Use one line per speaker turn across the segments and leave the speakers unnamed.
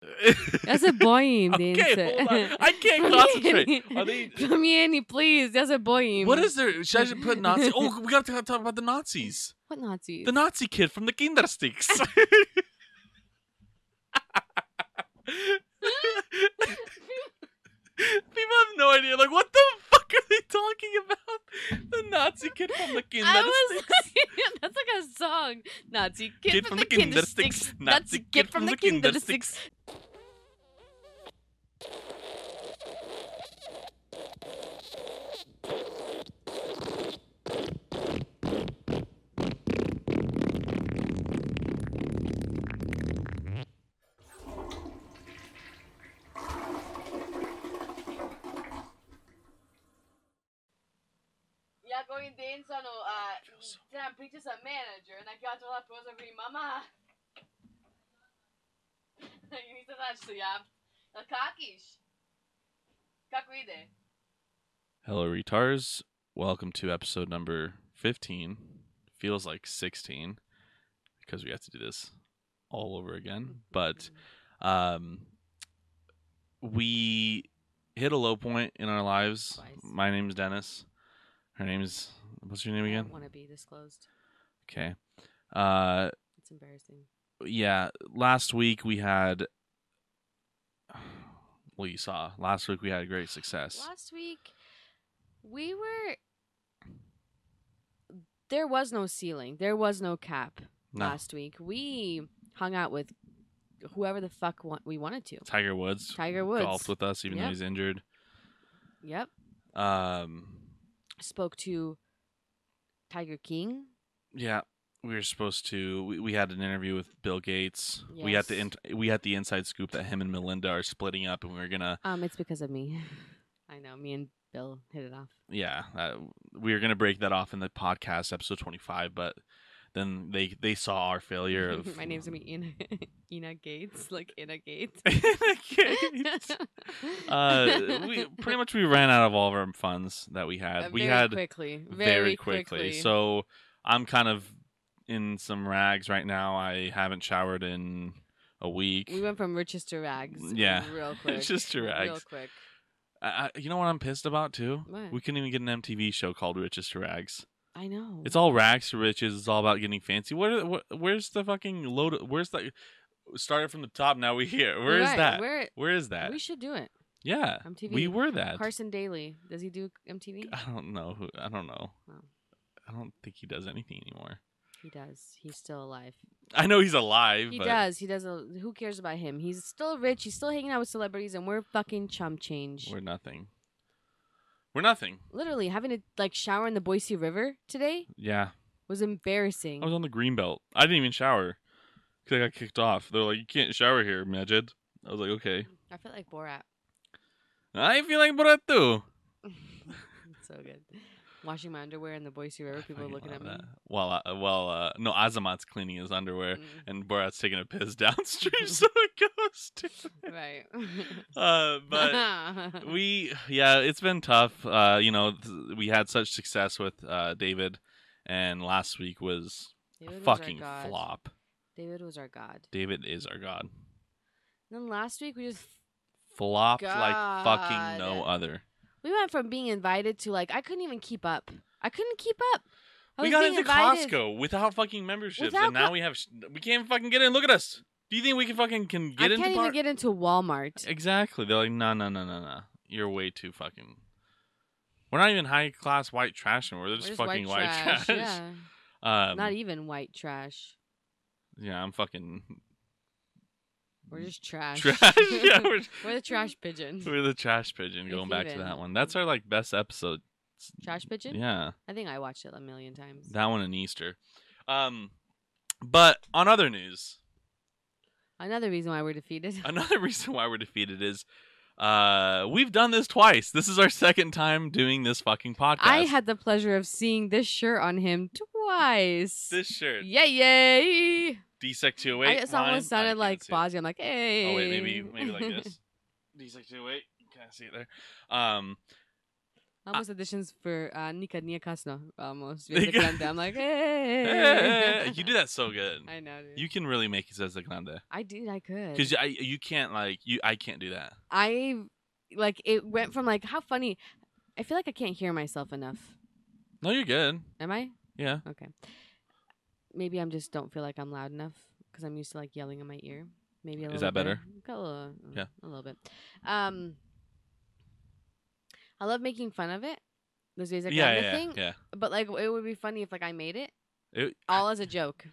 That's a boy dancer.
okay, hold on. I can't concentrate. Are they?
Flamieni, please. That's a boy.
What is there? Should I just put Nazi? Oh, we got to talk about the Nazis.
What Nazis?
The Nazi kid from the Kindersticks. People have no idea. Like, what the fuck are they talking about? The Nazi kid from the
I
Kindersticks.
was that's like a song. Nazi kid,
Kid
from, the Kindersticks. Nazi kid from the Kindersticks.
Ja go in de ins ano uh damn preaches a manager and I got to la prosa pri mama. You need to touch the yap. The cockish. Kako ide?
Hello, retards. Welcome to episode number 15. Feels like 16 because we have to do this all over again. But um, we hit a low point in our lives.
Twice.
My name's Dennis. Her name's. What's your name
I
again?
don't want to be disclosed.
Okay. Uh,
It's embarrassing.
yeah, last week we had. Well, you saw last week we had great success.
Last week, we were. There was no ceiling. There was no cap
No,
last week. We hung out with whoever the fuck wa- we wanted to.
Tiger Woods
Tiger Woods.
golfed with us, even though
Yeah.
he's injured.
Yep.
Um,
Spoke to Tiger King.
yeah, we were supposed to. We, we had an interview with Bill Gates. We had the
Yes.
in, we had the inside scoop that him and Melinda are splitting up, and we were gonna
Um, it's because of me. I know. Me and Bill hit it off.
yeah, uh, we were gonna break that off in the podcast episode twenty five, but then they they saw our failure of
My name's gonna be Ina, Ina Gates, like Ina Gates.
Gates. uh, we pretty much we ran out of all of our funds that we had.
Uh,
we
very
had
quickly, very,
very quickly. So I'm kind of in some rags right now. I haven't showered in a week.
we went from riches to rags.
Yeah,
real quick.
just to
Real
rags.
quick.
I, I- you know what I'm pissed about too?
What?
We couldn't even get an MTV show called Riches to Rags.
I know.
It's all rags to riches. It's all about getting fancy. What? Are, what where's the fucking load? of- Where's that? Started from the top. Now we here. Where is
Right,
that?
Where?
where is that?
We should do it.
yeah,
MTV.
we were that. uh,
Carson Daly. Does he do MTV?
I don't know. Who, I don't know.
Wow.
I don't think he does anything anymore.
He does. He's still alive.
I know he's alive.
He
but
does. He does. A, who cares about him? He's still rich. He's still hanging out with celebrities, and we're fucking chum change.
We're nothing. We're nothing.
Literally having to like shower in the Boise River today
Yeah.
was embarrassing.
I was on the green belt. I didn't even shower because I got kicked off. They're like, you can't shower here, Majid. I was like, okay.
I feel like Borat.
I feel like Borat too.
It's so good. Washing my underwear in the Boise
I
River, people
fucking
looking at
love
me.
that. While, I, while uh, no, Azamat's cleaning his underwear
Mm,
and Borat's taking a piss downstream, so it goes to.
right.
Uh, but we yeah it's been tough uh you know th- we had such success with uh david and last week was
David
a
was our
fucking
god.
flop
David was our god.
david is our god
And then last week we just
flopped like fucking no
God.
other
we went from being invited to like I couldn't even keep up. I couldn't keep up. I
we
was
got
being
into
invited-
costco without fucking memberships
Without
and now
co-
we have sh- we can't fucking get in look at us do you think we can fucking can get
I
into
can't
par-
even get into Walmart.
exactly they're like no no no no no you're way too fucking we're not even high class white trash anymore. They're
We're
just,
just
fucking white trash.
Yeah.
Um,
Not e- even white trash.
yeah, I'm fucking
We're just trash.
trash. yeah, we're,
We're the trash pigeon.
We're the trash pigeon.
If
Going back to
even.
that one. That's our like best episode.
Trash pigeon?
Yeah,
I think I watched it a million times.
that one in Easter. Um, but on other news,
Another reason why we're defeated.
another reason why we're defeated is, uh, we've done this twice. This is our second time doing this fucking podcast.
I had the pleasure of seeing this shirt on him twice.
this shirt.
Yay, yay!
D-Sec
I
208.
guess
mine.
almost sounded
can't
like
see it.
Bozzy. I'm like, hey.
Oh wait, maybe maybe like this. D-Sec 208. You kind of see it there. Um,
Almost auditions for uh, Nika Nia Kasna. Almost.
Nika-
Nika. Grande. I'm like, hey.
Hey, you do that so good.
I know, dude.
You can really make it as a grande
I did. I could.
because I you can't like you I can't do that.
I like it went from like how funny. I feel like I can't hear myself enough.
No, you're good.
Am I?
Yeah.
Okay. Maybe I'm just don't feel like I'm loud enough because I'm used to like yelling in my ear. Maybe a
Is
little
that
bit.
better?
Got a little,
Yeah.
a little bit. Um, I love making fun of it. Those days, like
yeah,
kind
yeah,
of thing.
yeah.
But like, it would be funny if like I made it
It-
all as a joke.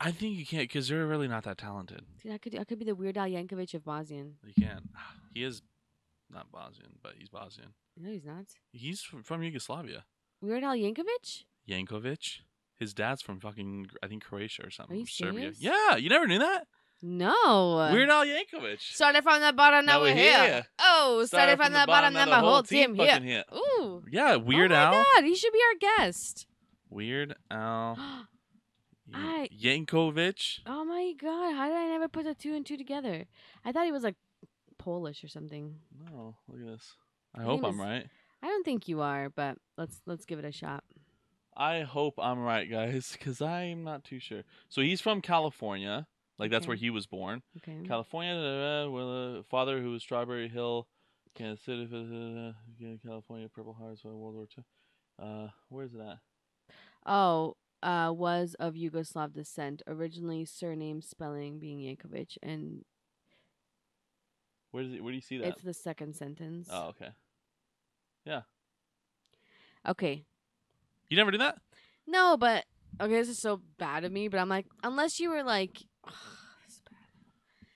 I think you can't because you're really not that talented.
Dude, I could, I could be the Weird Al Yankovic of Bosnian.
You can't. He is not Bosnian, but he's Bosnian.
No, he's not.
He's fr- from Yugoslavia.
Weird Al Yankovic?
Yankovic. His dad's from fucking I think Croatia or something.
you
or Serbia.
serious?
Yeah, you never knew that.
No.
Weird Al Yankovic.
Started from the bottom, now, we're here. Oh, started, from, the bottom, now my whole team, here.
fucking here.
Ooh.
Yeah, Weird
oh my
Al.
god, he should be our guest.
Weird Al.
Oh. I-
Yankovic.
oh my god, how did I never put the two and two together? I thought he was like Polish or something.
No, look at this. I
I
hope
think
I'm
it's-
right.
I don't think you are, but let's let's give it a shot.
I hope I'm right, guys, because I'm not too sure. So he's from California. Like that's
Okay. Mm-hmm.
where he was born.
Okay.
California, da, da, da, with a father who was Strawberry Hill, Kansas City, da, da, da, da, California, Purple Hearts, uh, World War II. Uh, where is it at?
oh, uh, was of Yugoslav descent, originally surname spelling being Yankovic, and
Where does it? Where do you see that?
it's the second sentence.
Oh, okay.
Okay.
You never do that?
No, but okay, this is so bad of me, but I'm like, unless you were like, this is bad.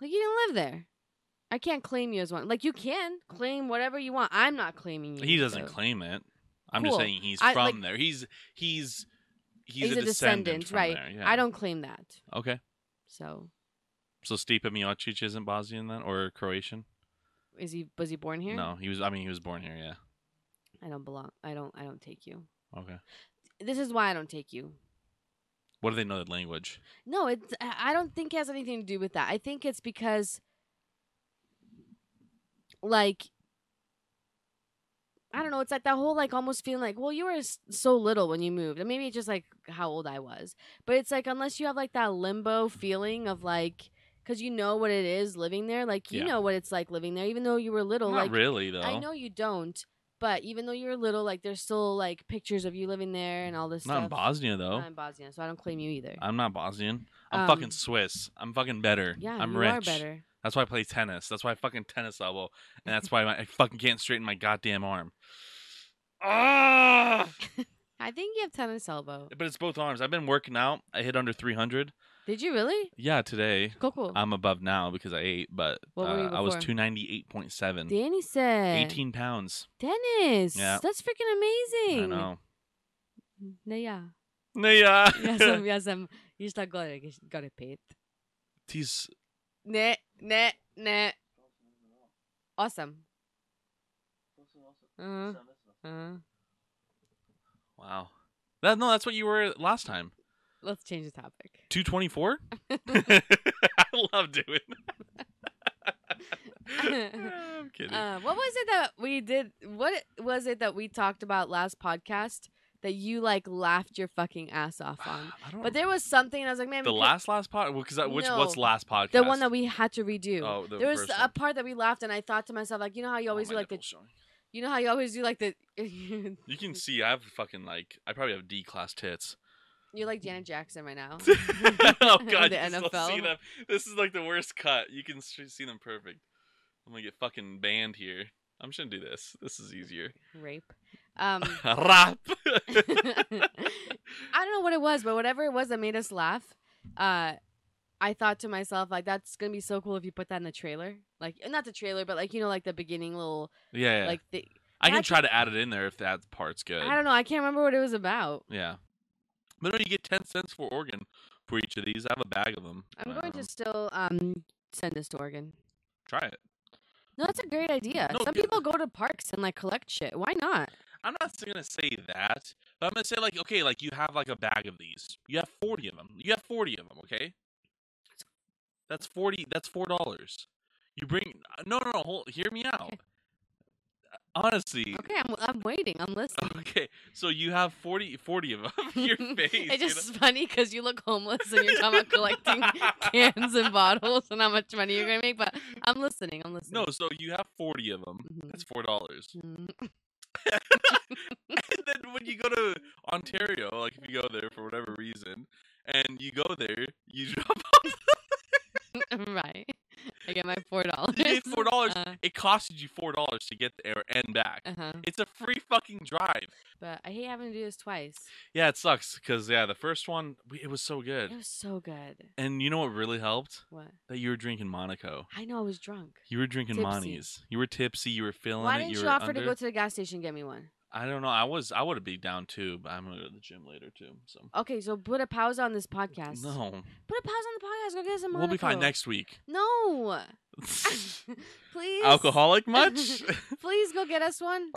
Like you didn't live there. I can't claim you as one. Like you can claim whatever you want. I'm not claiming you.
He doesn't
so-
claim it. I'm just
Cool.
saying he's
I,
from
like-
there. He's he's he's,
He's
a,
a
descendant,
descendant,
from
right.
there, yeah.
I don't claim that.
Okay.
So
So Stipe Miocic isn't Bosnian then, or Croatian?
is he? Was he born here?
No, he was. I mean, he was born here. Yeah.
I don't belong. I don't. I don't take you.
Okay.
This is why I don't take you.
What do they know the language?
No, it's. I I don't think it has anything to do with that. I think it's because, like, I don't know. It's like that whole like almost feeling like, well, you were s- so little when you moved, and maybe it's just like how old I was. But it's like unless you have like that limbo feeling of like, because you know what it is living there. Like you
Yeah.
know what it's like living there, even though you were little.
Not
like
really though.
I know you don't. But even though you were little, like there's still like pictures of you living there and all this
Not in
stuff.
Bosnia though.
Not in Bosnia, so I don't claim you either.
I'm not Bosnian. I'm
Um,
fucking Swiss. I'm fucking better.
yeah,
I'm
you
rich.
are better.
That's why I play tennis. That's why I fucking tennis elbow, and that's why my, I fucking can't straighten my goddamn arm. Ah!
I think you have tennis elbow.
But it's both arms. I've been working out. I hit under 300.
Did you really?
Yeah, today
Cool, cool.
I'm above now because I ate, but uh,
Oh. What were you
I was
before?
298.7.
Danny said
18 pounds.
Dennis.
Yeah.
That's freaking amazing.
I know.
No, yeah.
Yeah.
Ja sam, ja sam išla gore, gore pet.
These
Ne, ne, ne. Osam. Uh-huh. Uh-huh.
wow. That no, that's what you were last time.
Let's change the topic.
224? I love doing that. I'm kidding.
Uh, what was it that we did? What was it that we talked about last podcast that you like laughed your fucking ass off on?
I don't
But there was something, and I was like, man,
the
we can't-
last last pod because which
No.
what's last podcast?
the one that we had to redo.
Oh, the
there was
first
a
one.
part that we laughed, and I thought to myself, like, you know how you
Oh,
always
my
do like the,
nipple's showing.
you know how you always do like the, you're
You can see I have fucking like I probably have D class tits.
like Janet Jackson right now.
oh
Of
god,
the
you can still see
NFL.
them. This is like the worst cut. You can s- see them perfect. I'm gonna get fucking banned here. I'm just gonna do this. This is easier.
Rape. Um,
Rap.
I don't know what it was, but whatever it was that made us laugh, uh, I thought to myself, like, that's gonna be so cool if you put that in the trailer. Like, not the trailer, but like you know, like the beginning little
yeah, yeah.
like. The,
I can
I
try to add it in there if that part's good.
I don't know. I can't remember what it was about.
Yeah. But no, you get ten cents for Oregon for each of these. I have a bag of them.
I'm
Um,
going to still um send this to Oregon.
try it.
No, that's a great idea.
No,
Some
dude.
people go to parks and like collect shit. Why not?
I'm not s- gonna say that, but I'm gonna say like, okay, like you have like a bag of these. You have forty of them. You have forty of them. Okay. That's uh, forty. That's four dollars. You bring no, no, no. Hold, hear me out. Uh, Honestly.
Okay, I'm, I'm waiting. I'm listening.
Okay. So you have 40, 40 of them in your face. you know?
it's just funny because you look homeless and you're talking about collecting cans and bottles and how much money you're gonna make. But I'm listening. I'm listening.
No, so you have 40 of them.
Mhm.
That's $4. dollars
Mhm.
and then when you go to Ontario, like if you go there for whatever reason, and you go there, you drop
Mm-hmm. right. I get my four dollars.
get $4.
Uh Uh-huh.
it costed you $4 to get there and back.
huh.
It's a free fucking drive.
But I hate having to do this twice.
Yeah, it sucks because yeah, the first one we, it was so
It
good.
was so good.
And you know what really helped?
What?
That you were drinking Monaco.
I know I was drunk.
You were drinking
Tipsy.
Monty's. You were tipsy. You were feeling
Why
it.
didn't
you,
you,
were
offer
under.
to go to the gas station and get me one?
I don't know. I was. I would have been down too, but I'm gonna go to the gym later too. So
Okay, so put a pause on this podcast.
no,
Put a pause on the podcast. Go get some.
we'll be fine
Monaco.
next week.
No. please.
Alcoholic much?
Please go get us one.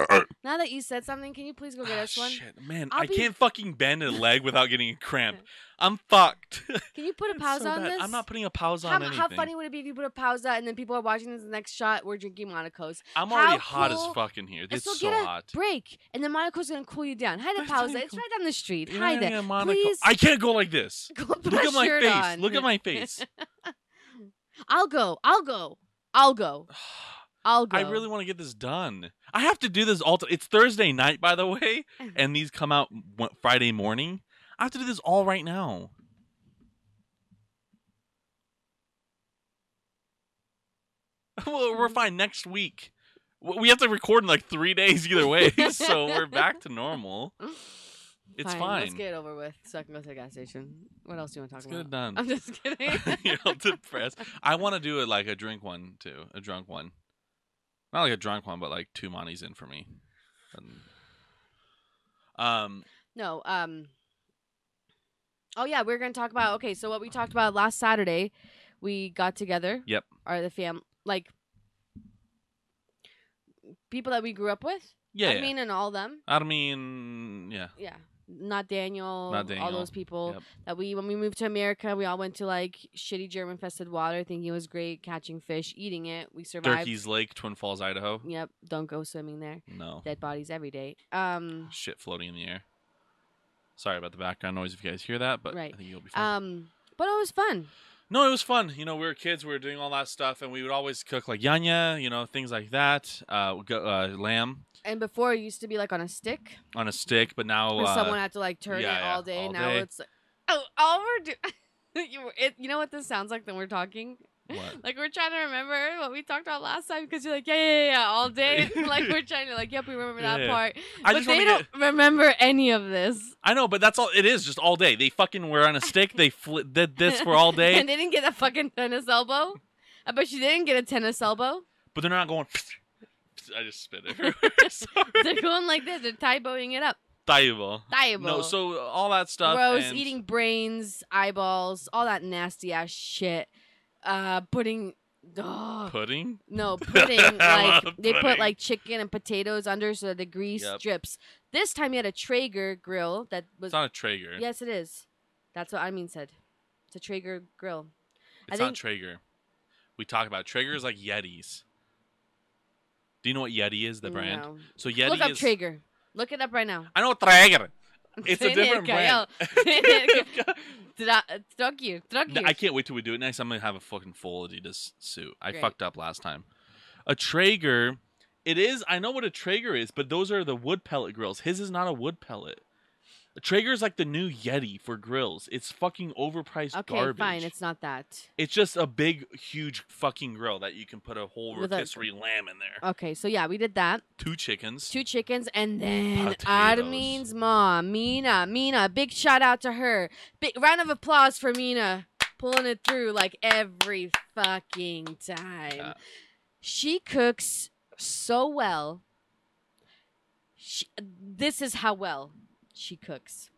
now that you said something, can you please go get
Ah,
us one?
Shit, man,
I'll
I
be-
can't fucking bend a leg without getting a cramp. I'm fucked.
Can you put a
It's
pause
so
on
bad.
this?
I'm not putting a pause
how,
on anything.
how funny would it be if you put a pause on and then people are watching this the next shot? We're drinking Monacos.
I'm
how
already hot as
cool-
fuck in here.
And
It's
so
so,
get a
hot.
break, and then Monaco's gonna cool you down. Hi there,
That's
Pausa.
not
It's
cool.
right down the street.
You're
Hi
not
there.
gonna Monaco.
Please
I can't go like this.
go put
Look
a
at my
shirt
face.
on.
Look at my face.
I'll go. I'll go. I'll go. I'll go.
I really want to get this done. I have to do this all. T- it's Thursday night, by the way, and these come out w- Friday morning. I have to do this all right now. well,
Mm-hmm.
we're fine next week. W- We have to record in like three days either way, so we're back to normal. It's
Let's
fine.
get it over with so I can go to the gas station. What else do you want to talk
Let's get
about?
it done.
I'm just kidding.
You're all depressed. I want to do it like a drink one too, a drunk one, not like a drunk one, but like two monies in for me. And- um,
No. Um. Oh yeah, we're gonna talk about okay. So what we talked about last Saturday, we got together.
Yep.
Are the fam like people that we grew up with?
yeah,
I mean, and all them.
I mean, yeah,
Yeah. Not Daniel.
Not
All
Daniel.
those people
Yep.
that we when we moved to America, we all went to like shitty germ infested water, thinking it was great, catching fish, eating it. We survived.
Durkee's Lake, Twin Falls, Idaho.
Yep. Don't go swimming there.
No
Dead bodies every day. Um.
shit floating in the air. Sorry about the background noise if you guys hear that, but
Right.
I think you'll be fine.
Um. But it was fun.
No, it was fun. You know, we were kids. We were doing all that stuff, and we would always cook like yanya, you know, things like that. Uh, we go- uh lamb
And before it used to be like on a stick.
on a stick, but now
Or
uh,
someone had to like turn
yeah,
it
yeah,
all day.
all
now
day.
it's like, oh, all we're doing. you, it, you know what this sounds like when we're talking?
what?
Like we're trying to remember what we talked about last time because you're like, yeah, yeah, yeah, yeah, all day. like we're trying to like, yep, we remember that
Yeah.
part.
I
but
just
they
wanna
don't remember any of this.
I know, but that's all it is. Just all day. They fucking were on a stick. They fli did this for all day,
and they didn't get a fucking tennis elbow. I bet you didn't get a tennis elbow.
but they're not going. I just spit everywhere. Sorry.
They're going like this. They're tie boating it up.
Valuable.
Tie bow.
No, so uh, all that stuff.
Gross,
and-
eating brains, eyeballs, all that nasty ass shit. Uh, putting. Ugh.
pudding.
No, pudding.
I
like
love
they put
pudding.
like chicken and potatoes under so that the grease
Yep.
drips. This time you had a Traeger grill that was.
It's not a Traeger.
yes, it is. That's what I mean said. It's a Traeger grill. I
it's
think-
not Traeger. We talk about Traeger is like Yetis. Do you know what Yeti is? The brand.
No.
So Yeti
Look up
is.
Traeger. Look it up right now.
I know Traeger. It's a
Tener
different brand.
Cayo. Tra- Truck you. Truck
No,
you.
I can't wait till we do it next. I'm gonna have a fucking full Adidas suit. I
Great.
fucked up last time. A Traeger, it is. I know what a Traeger is, but those are the wood pellet grills. His is not a wood pellet. A Traeger is like the new Yeti for grills. It's fucking overpriced
Okay,
garbage.
fine. It's not that.
It's just a big, huge fucking grill that you can put a whole
With a-
rotisserie lamb in there.
Okay, so yeah, we did that.
Two chickens.
two chickens, and then
Potatoes.
Armin's mom, Mina. Mina, big shout out to her. Big round of applause for Mina pulling it through like every fucking time.
Yeah.
She cooks so well. She, this is how well she cooks.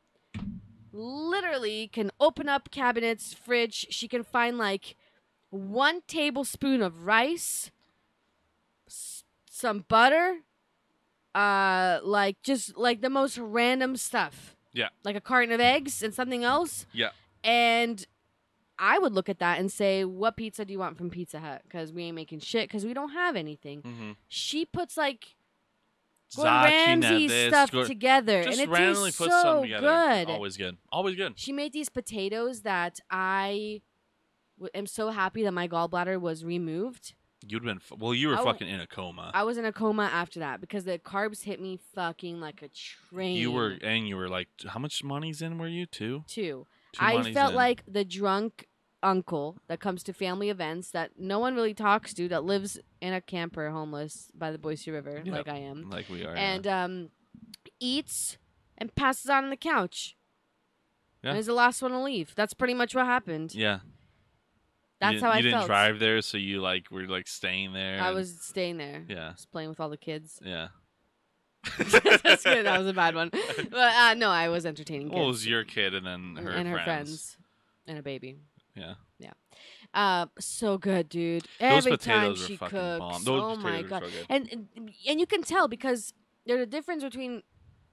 Literally can open up cabinets, fridge. She can find like one tablespoon of rice, s- some butter, uh, like just like the most random stuff.
Yeah.
Like a carton of eggs and something else.
Yeah.
And I would look at that and say, "What pizza do you
Mm-hmm.
want from Pizza Hut?" Because we ain't making shit. Because we don't have anything.
hmm
She puts like Gordon
Zaki
Ramsay
Neves,
stuff
Gor-
together,
Just
and it
randomly
tastes
put
so
something together.
good.
Always good. Always good.
She made these potatoes that I w- am so happy that my gallbladder was removed.
You'd been f- well. You were
I w-
fucking in a coma.
I was in a coma after that because the carbs hit me fucking like a train.
you were, and you were like, how much money's in? Were you two?
too.
two
I
monies
felt
in.
like the drunk uncle that comes to family events that no one really talks to that lives in a camper homeless by the Boise River
Yeah.
like I am
like we are.
and um eats and passes out on the couch.
Yeah.
And is the last one to leave. That's pretty much what happened.
yeah,
uh, That's
you,
how I
you didn't
felt.
drive there, so you like were like staying there.
I
and-
was staying there.
Yeah,
Just playing with all the kids.
yeah.
That's good. That was a bad one. But uh, no, I was entertaining kids.
Well, it was your kid and then her
and
friends.
her friends. And a baby.
Yeah.
Yeah. Uh, so good, dude.
Those
Every time
potatoes were
she
fucking
cooks.
bomb. Those
Oh my
potatoes were
god.
so good.
And and you can tell because there's a difference between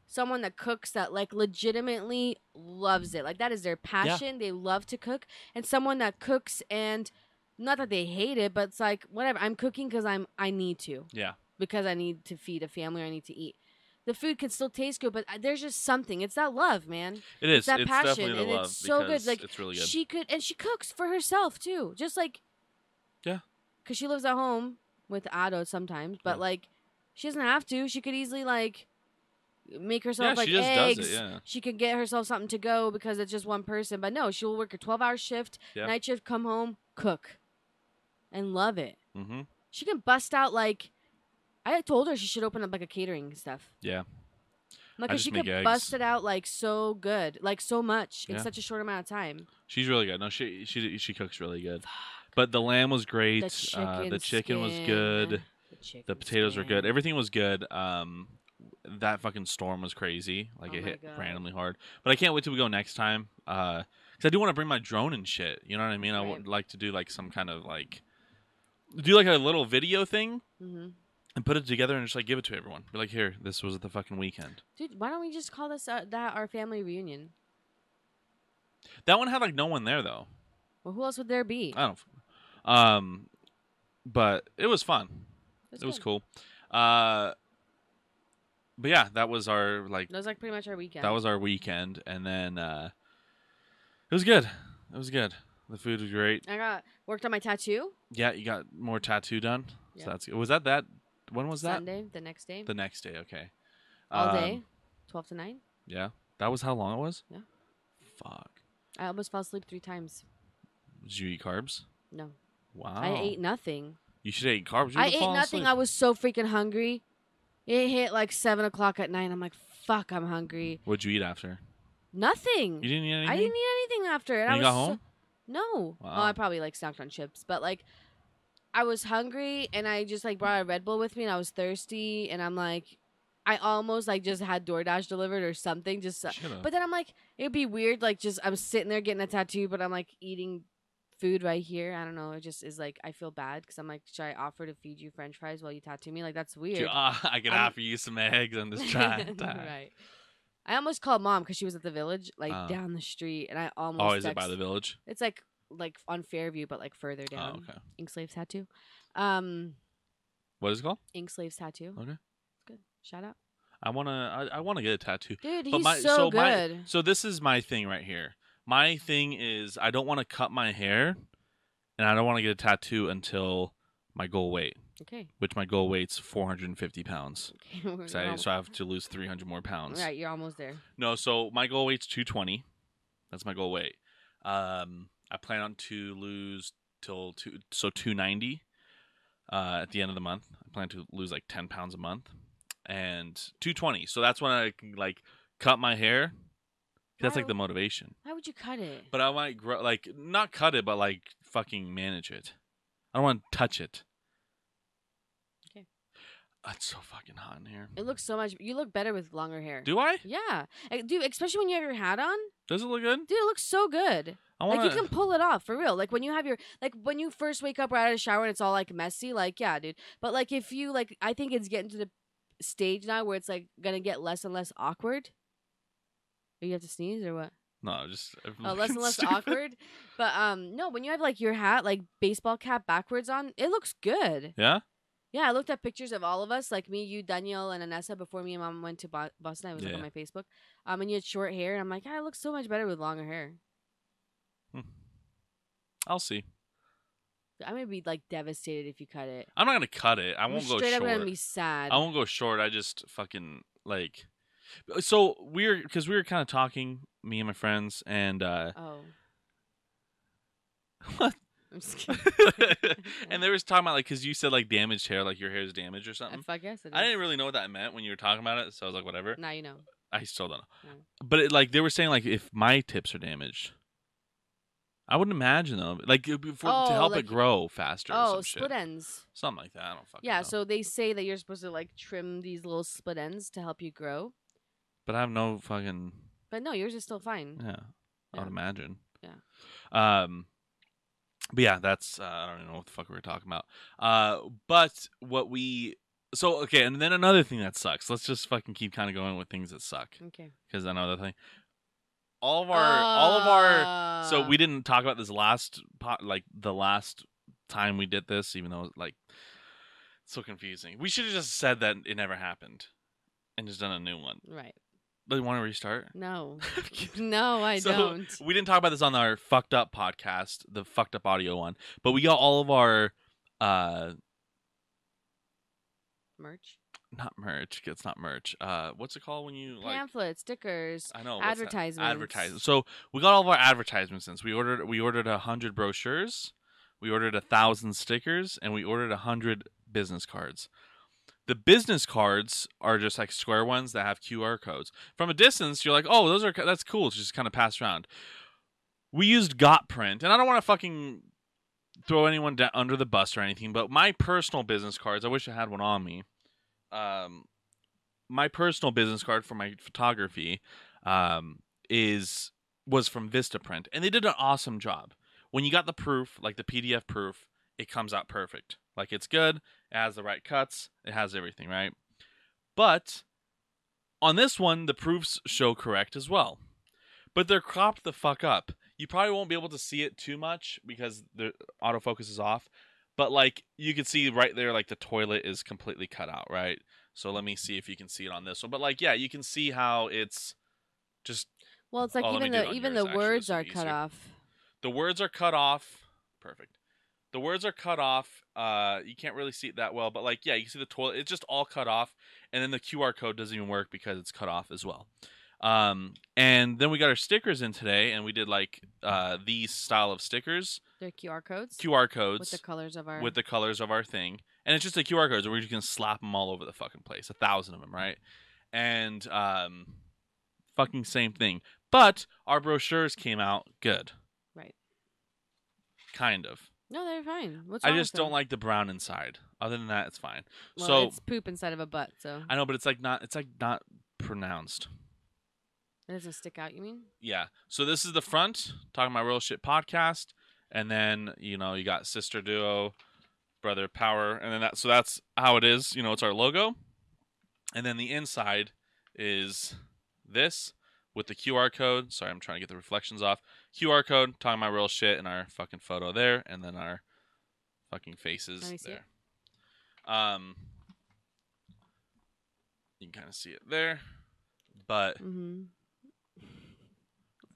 someone that cooks that like legitimately loves it. Like that is their passion. They love to cook. And someone that cooks and not that they hate it, but it's like whatever. I'm cooking because I'm I need to
Yeah,
because I need to feed a family or I need to eat. The food can still taste good, but uh, there's just something. It's that love, man.
it is.
that
it's
passion,
definitely the
and
love
it's so good,
because
like,
it's really good.
She could, and she cooks for herself too, just like
Yeah.
because she lives at home with Otto sometimes, but
Yeah.
like she doesn't have to. She could easily like make herself
yeah,
like
she just
eggs.
does it. Yeah,
She could get herself something to go because it's just one person, but no, she will work a twelve-hour shift,
Yeah.
night shift, come home, cook, and love it.
mm-hmm.
She can bust out like I told her she should open up like a catering stuff.
Yeah.
Like
I
'cause
just
she
make
could
eggs.
bust it out like so good, like so much in
Yeah.
such a short amount of time.
She's really good. No, she she she cooks really good. But the lamb was great.
The
uh,
chicken
the chicken was
skin.
good.
The,
The
chicken
potatoes were good.
skin.
Everything was good. Um, that fucking storm was crazy. Like
Oh
it
my
hit
God.
randomly hard. But I can't wait till we go next time. Uh, cause I do want to bring my drone and shit. You know what I mean? I would
Right.
like to do like some kind of like, do like a little video thing
Mhm.
and put it together and just like give it to everyone. Be like, here, this was the fucking weekend.
Dude, why don't we just call this uh, that our family reunion?
That one had like no one there though.
Well, who else would there be?
I don't. f- Um, but it was fun.
That's
it was
good.
cool. Uh, but yeah, that was our like
That was like pretty much our weekend.
that was our weekend, and then uh, it was good. It was good. The food was great.
I got worked on my tattoo
Yeah, you got more tattoo done.
Yeah.
So that's good. Was that that? When was that?
Sunday, the next day,
The next day. Okay.
all
Um,
day, twelve to nine.
Yeah, that was how long it was.
Yeah.
Fuck.
I almost fell asleep three times.
Did you eat carbs?
No,
Wow.
I ate nothing.
You should eat carbs. Oh. You
I
would've
ate
fallen
nothing.
asleep.
I was so freaking hungry. It hit like seven o'clock at night. I'm like, fuck, I'm hungry.
What'd you eat after?
Nothing.
You didn't eat anything.
I didn't eat anything after it.
When
I
you
was
got
so-
home.
No.
Wow.
Oh, I probably like snacked on chips, but like I was hungry and I just like brought a Red Bull with me and I was thirsty and I'm like I almost like just had DoorDash delivered or something just so-
Shut up.
But then I'm like it'd be weird like just I'm sitting there getting a tattoo but I'm like eating food right here. I don't know. It just is like I feel bad cuz I'm like should I offer to feed you french fries while you tattoo me? Like that's
Ju-
weird.
ah, I can
I'm-
offer you some eggs on this trying time.
right. I almost called mom cuz she was at the village like
Oh.
down the street and I almost
Oh, is it by
text-
the village?
It's like like on Fairview, but like further down.
Oh, okay.
Ink Slaves Tattoo. Um,
What is it called?
Ink Slaves Tattoo.
Okay.
Good. Shout out,
I wanna, I, I wanna get a tattoo.
dude.
But
He's
my-
so,
so my-
good.
So this is my thing right here. My thing is I don't want to cut my hair, and I don't want to get a tattoo until my goal weight,
okay.
which my goal weight's 450 pounds.
Okay. we're-
So
we're
I,
al-
so I have to lose 300 more pounds.
right, you're almost there.
No, so my goal weight's 220. That's my goal weight. Um, I plan on to lose till two, so 290 uh, at the end of the month. I plan to lose like 10 pounds a month and 220. So that's when I can like cut my hair. That's
Why
like the motivation.
Why would you cut it?
But I might grow, like, not cut it, but like fucking manage it. I don't want to touch it.
Okay.
Ah, It's so fucking hot in here.
it looks so much. You look better with longer hair.
Do I?
Yeah, Eh, dude. Especially when you have your hat on,
Does it look good?
dude. It looks so good.
I want
Like you can pull it off for real. Like when you have your like when you first wake up right out of the shower and it's all like messy. Like yeah, dude. But like if you like, I think it's getting to the stage now where it's like gonna get less and less awkward. You have to sneeze or what?
No, just. I'm
Oh, less
looking
and less
stupid.
awkward. But um, no, when you have like your hat, like baseball cap backwards on, it looks good.
Yeah?
Yeah, I looked at pictures of all of us, like me, you, Daniel, and Anessa before me and mom went to Bo- Boston. I was like on
Yeah.
my Facebook. Um, and you had short hair, and I'm like, I look so much better with longer hair.
Hmm. I'll see.
I'm gonna be like devastated if you cut it.
I'm not gonna cut it. I
I'm
won't go
straight up
short.
gonna be sad.
I won't go short. I just fucking like. uh, So we're because we were kind of talking, me and my friends, and uh
oh,
what?
I'm just kidding.
and they was talking about like because you said like damaged hair, like your hair is damaged or
I
something.
fuck yes. It
I
is.
didn't really know what that meant when you were talking about it, so I was like, whatever.
Now you know.
I still don't know.
Mm.
But it, like they were saying, like if my tips are damaged, I wouldn't imagine them. Like it'd be for,
Oh,
to help
like-
it grow faster. or
Oh,
some
split
shit.
ends.
Something like that. I don't fucking
Yeah,
know.
so they say that you're supposed to like trim these little split ends to help you grow.
but I have no fucking
But no, yours is still fine.
yeah. I
Yeah.
would imagine.
Yeah.
Um. But yeah, that's uh, I don't even know what the fuck we were talking about. Uh, but what we so okay, and then another thing that sucks. Let's just fucking keep kind of going with things that suck
Okay.
because another thing. All of our, all of our, so
Uh,
we didn't talk about this last pot like the last time we did this even though like it's so confusing we should have just said that it never happened and just done a new one
Right.
do you want to restart
No.
I'm kidding.
no, I
So,
don't.
we didn't talk about this on our fucked up podcast the fucked up audio one but we got all of our uh
Merch.
not merch it's not merch uh what's it called when you like
Pamphlets, stickers.
I know what's that?
advertisements.
Advertisements. So we got all of our advertisements since we ordered we ordered a hundred brochures, we ordered a thousand stickers, and we ordered a hundred business cards. The business cards are just like square ones that have QR codes. From a distance, you're like, oh, those are that's cool. to just kind of pass around. We used Got Print, and I don't want to fucking throw anyone da- under the bus or anything, but my personal business cards. I wish I had one on me. Um, my personal business card for my photography um, is was from Vistaprint, and they did an awesome job. When you got the proof, like the PDF proof, it comes out perfect. Like it's good, it has the right cuts, it has everything right. But on this one, the proofs show correct as well, but they're cropped the fuck up. You probably won't be able to see it too much because the autofocus is off. But like you can see right there, like the toilet is completely cut out, right? So let me see if you can see it on this one. But like, yeah, you can see how it's just
Well, it's like
Oh, let
even
me do it
the
on
even
yours,
the
actually.
words
This will
are
be
cut
easier.
off.
the words are cut off. Perfect. The words are cut off. Uh, you can't really see it that well, but like, yeah, you can see the toilet. It's just all cut off, and then the QR code doesn't even work because it's cut off as well. Um, and then we got our stickers in today, and we did like uh, these style of stickers,
They're QR codes
QR codes
with the colors of our.
with the colors of our thing, and it's just a QR codes. We're just gonna slap them all over the fucking place, a thousand of them, right? And um, fucking same thing. But our brochures came out good,
Right.
Kind of.
no, they're fine. What's
I
wrong
just
with
don't
them?
like the brown inside. Other than that, it's fine.
Well,
so
it's poop inside of a butt, so
I know, but it's like not. It's like not pronounced.
it doesn't stick out. You mean?
Yeah. So this is the front talking about real shit podcast, and then you know you got sister duo, brother power, and then that. So that's how it is. You know, it's our logo, and then the inside is this with the QR code. Sorry, I'm trying to get the reflections off. QR code talking about real shit and our fucking photo there, and then our fucking faces
Let me see it.
there. Um, you can kind of see it there, but
Mm-hmm.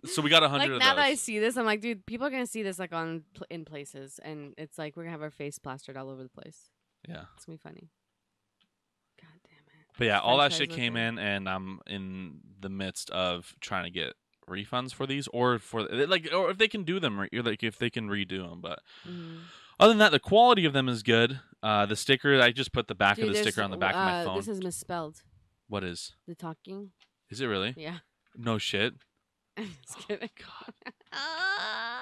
so we got a
Like
hundred
now
of
that
those.
I see this, I'm like, dude, people are gonna see this like on pl- in places, and it's like we're gonna have our face plastered all over the place.
yeah.
It's gonna be funny. God damn it!
But yeah, all that shit
franchise
came
looking.
in, and I'm in the midst of trying to get refunds for these, or for like, or if they can do them, re- or like if they can redo them. But
Mhm.
other than that, the quality of them is good. Uh, the sticker, I just put the back
Dude,
of the
there's-
sticker on the back
uh,
of my
This
phone.
is misspelled.
what is?
The talking.
Is it really?
Yeah.
No shit.
I'm
Oh
just kidding.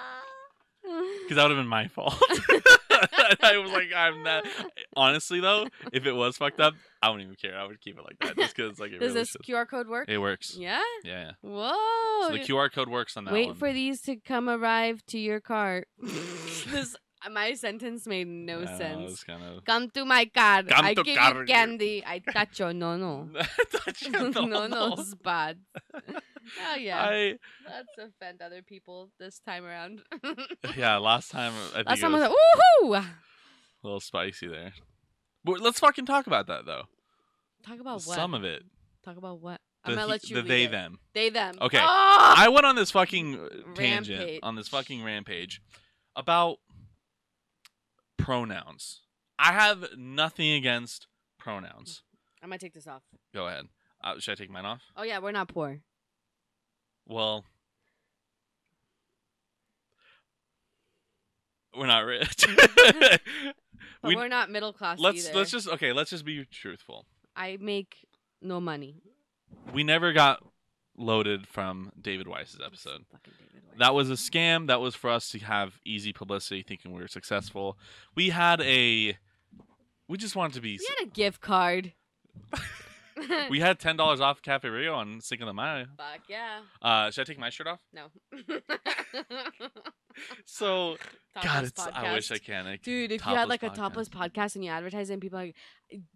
Because that would have been my fault. I was like, I'm not. Honestly, though, if it was fucked up, I wouldn't even care. I would keep it like that just because, like, it
Does
really
this
should.
QR code work?
It works. Yeah. yeah.
Yeah. Whoa.
So the QR code works on that
Wait
one.
for these to come arrive to your car. this uh, my sentence made no
I don't know,
sense.
it's kind of.
Come to my car.
Come
I
to
give
car.
you candy. I touch your no no.
no,
no no is bad. Oh yeah.
I
Let's offend other people this time around.
yeah. Last time I think
Last
it
time I
was
was like, woohoo!
a little spicy there. But let's fucking talk about that though.
Talk about Oh, what?
Some of it.
Talk about what?
The,
I'm gonna
he-
let you.
the
lead
they
it.
them.
They them.
Okay.
Oh!
I went on this fucking uh, tangent
Rampage.
on this fucking rampage about pronouns. I have nothing against pronouns.
I might take this off.
Go ahead. Uh, should I take mine off?
Oh yeah, we're not poor.
Well, we're not rich.
But
We-
we, are not middle class
let's
either.
let's just okay. Let's just be truthful.
I make no money.
We never got loaded from David Weiss's episode.
Fucking David Weiss.
That was a scam. That was for us to have easy publicity, thinking we were successful. We had a, we just wanted to be.
We had a gift card.
We had ten dollars off Cafe Rio on Cinco de Mayo.
Fuck yeah.
Uh, should I take my shirt off?
No.
So God,
Topless
it's. I wish I
podcast.
can. I,
Dude, if you had
topless
like a
podcast.
topless podcast and you advertise it, and people are like,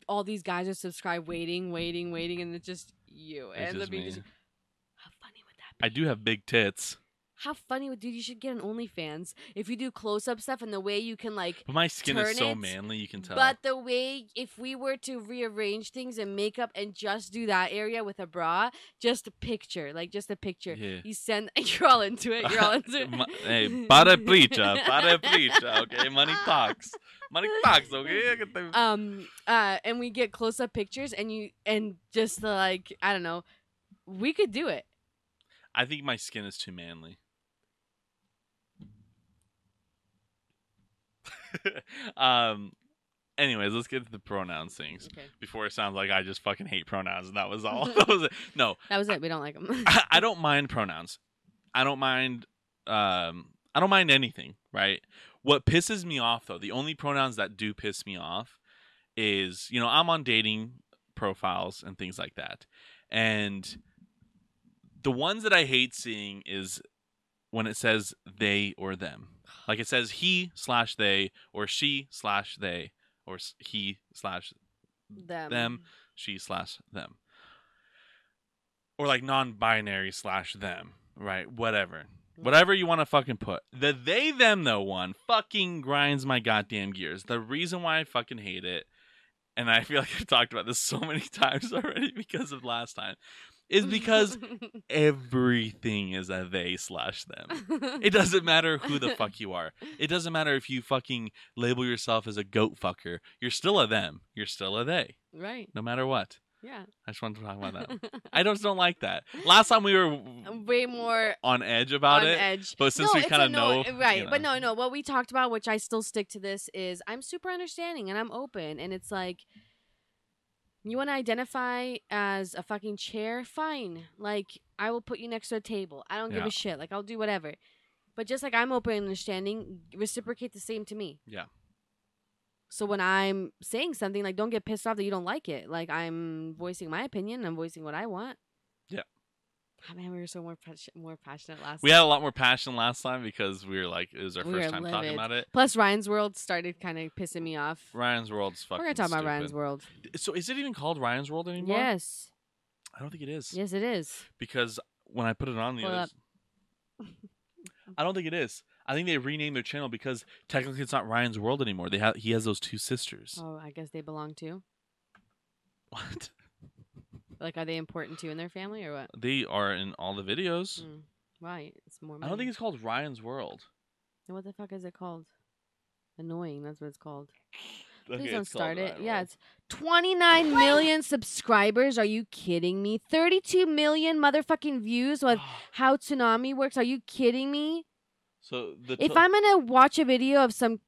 all these guys are subscribed, waiting, waiting, waiting, and it's just you.
It's
and
just
be
me.
just, how funny would that be?
I do have big tits,
How funny would dude? You should get an OnlyFans if you do close up stuff and the way you can like.
but my skin is so
Turn it,
manly. You can tell.
But the way if we were to rearrange things and makeup and just do that area with a bra, just a picture, like just a picture.
Yeah.
You send. You're all into it. You're all into it.
Ma- hey, para preacher, para preacher. Okay, money talks. Money talks. Okay, Get the-
um uh and we get close up pictures and you and just the, like i don't know we could do it
I think my skin is too manly. um. Anyways, let's get to the pronouns things
okay
before it sounds like I just fucking hate pronouns and that was all. that was it. No,
that was it we don't like them
I, I don't mind pronouns. I don't mind. Um, I don't mind anything. Right. What pisses me off though, the only pronouns that do piss me off is you know I'm on dating profiles and things like that, and the ones that I hate seeing is when it says they or them. Like it says he slash they or she slash they or s- he slash
them
Them. she slash them or like non-binary slash them right whatever whatever you want to fucking put the they them though one fucking grinds my goddamn gears the reason why i fucking hate it and i feel like i've talked about this so many times already because of last time is because everything is a they slash them it doesn't matter who the fuck you are it doesn't matter if you fucking label yourself as a goat fucker you're still a them you're still a they
right
no matter what
yeah
I just wanted to talk about that. I just don't like that. Last time we were
way more
on edge about
on
it,
edge
but since
no,
we
it's
kind of know,
anno- right
you
but
know.
no no what we talked about which i still stick to this is i'm super understanding and i'm open and it's like you want to identify as a fucking chair fine like i will put you next to a table i don't give
Yeah.
a shit like i'll do whatever but just like i'm open and understanding reciprocate the same to me
Yeah.
so when i'm saying something like don't get pissed off that you don't like it like i'm voicing my opinion i'm voicing what i want
Yeah.
Oh, man, we were so more pas- more passionate last.
we had a lot more passion last time because we were like, it was our
We
first
were
time talking
livid.
about it.
Plus, Ryan's World started kind of pissing me off.
Ryan's World's
We're
fucking.
gonna talk about
stupid.
Ryan's World.
So is it even called Ryan's World anymore?
Yes,
I don't think it is
yes, it is.
because when I put it on the
Pull
others, I don't think it is. I think they renamed their channel because technically it's not Ryan's World anymore. They have he has those two sisters.
Oh, I guess they belong to.
What?
Like, are they important to in their family or what?
They are in all the videos.
Mm, right, it's more.
I don't think
money.
it's called Ryan's World.
Then What the fuck is it called? Annoying. That's what it's called. Please
Okay,
don't
it's called
start it.
Ryan's
Yeah,
World.
it's 29 million subscribers. Are you kidding me? 32 million motherfucking views with how tsunami works. Are you kidding me?
So the
If
to-
I'm gonna watch a video of some,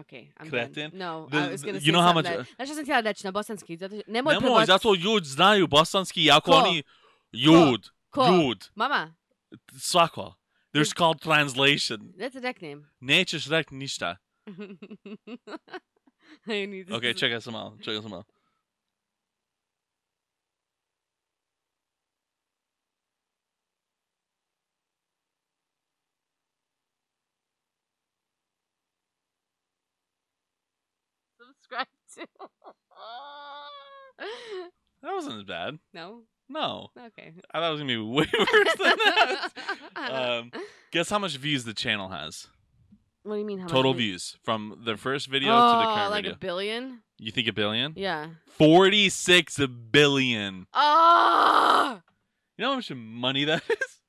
okay, I'm done.
Creatine?
No,
The-
I was
the-
gonna.
you
say
know how
something
much- uh,
that- Znaš što sam htjela reći na bosanski? Zato što- nemoj
nemoj,
prebac-
zato ljudi znaju bosanski jako
Ko?
oni ljud,
Ko?
ljud,
Mama,
svako. There's called translation.
that's a deck name.
Nećeš reći ništa.
I need this.
Okay, čekaj sam malo, čekaj sam malo.
Subscribe to.
That wasn't as bad.
no?
No,
Okay.
I thought it was gonna be way worse than that. Um, guess how much views the channel has?
What do you mean? How
Total
much vi-
views from the first video
oh,
to the current
like
video.
a billion.
you think a billion?
Yeah.
46 billion.
Oh,
You know how much money that is?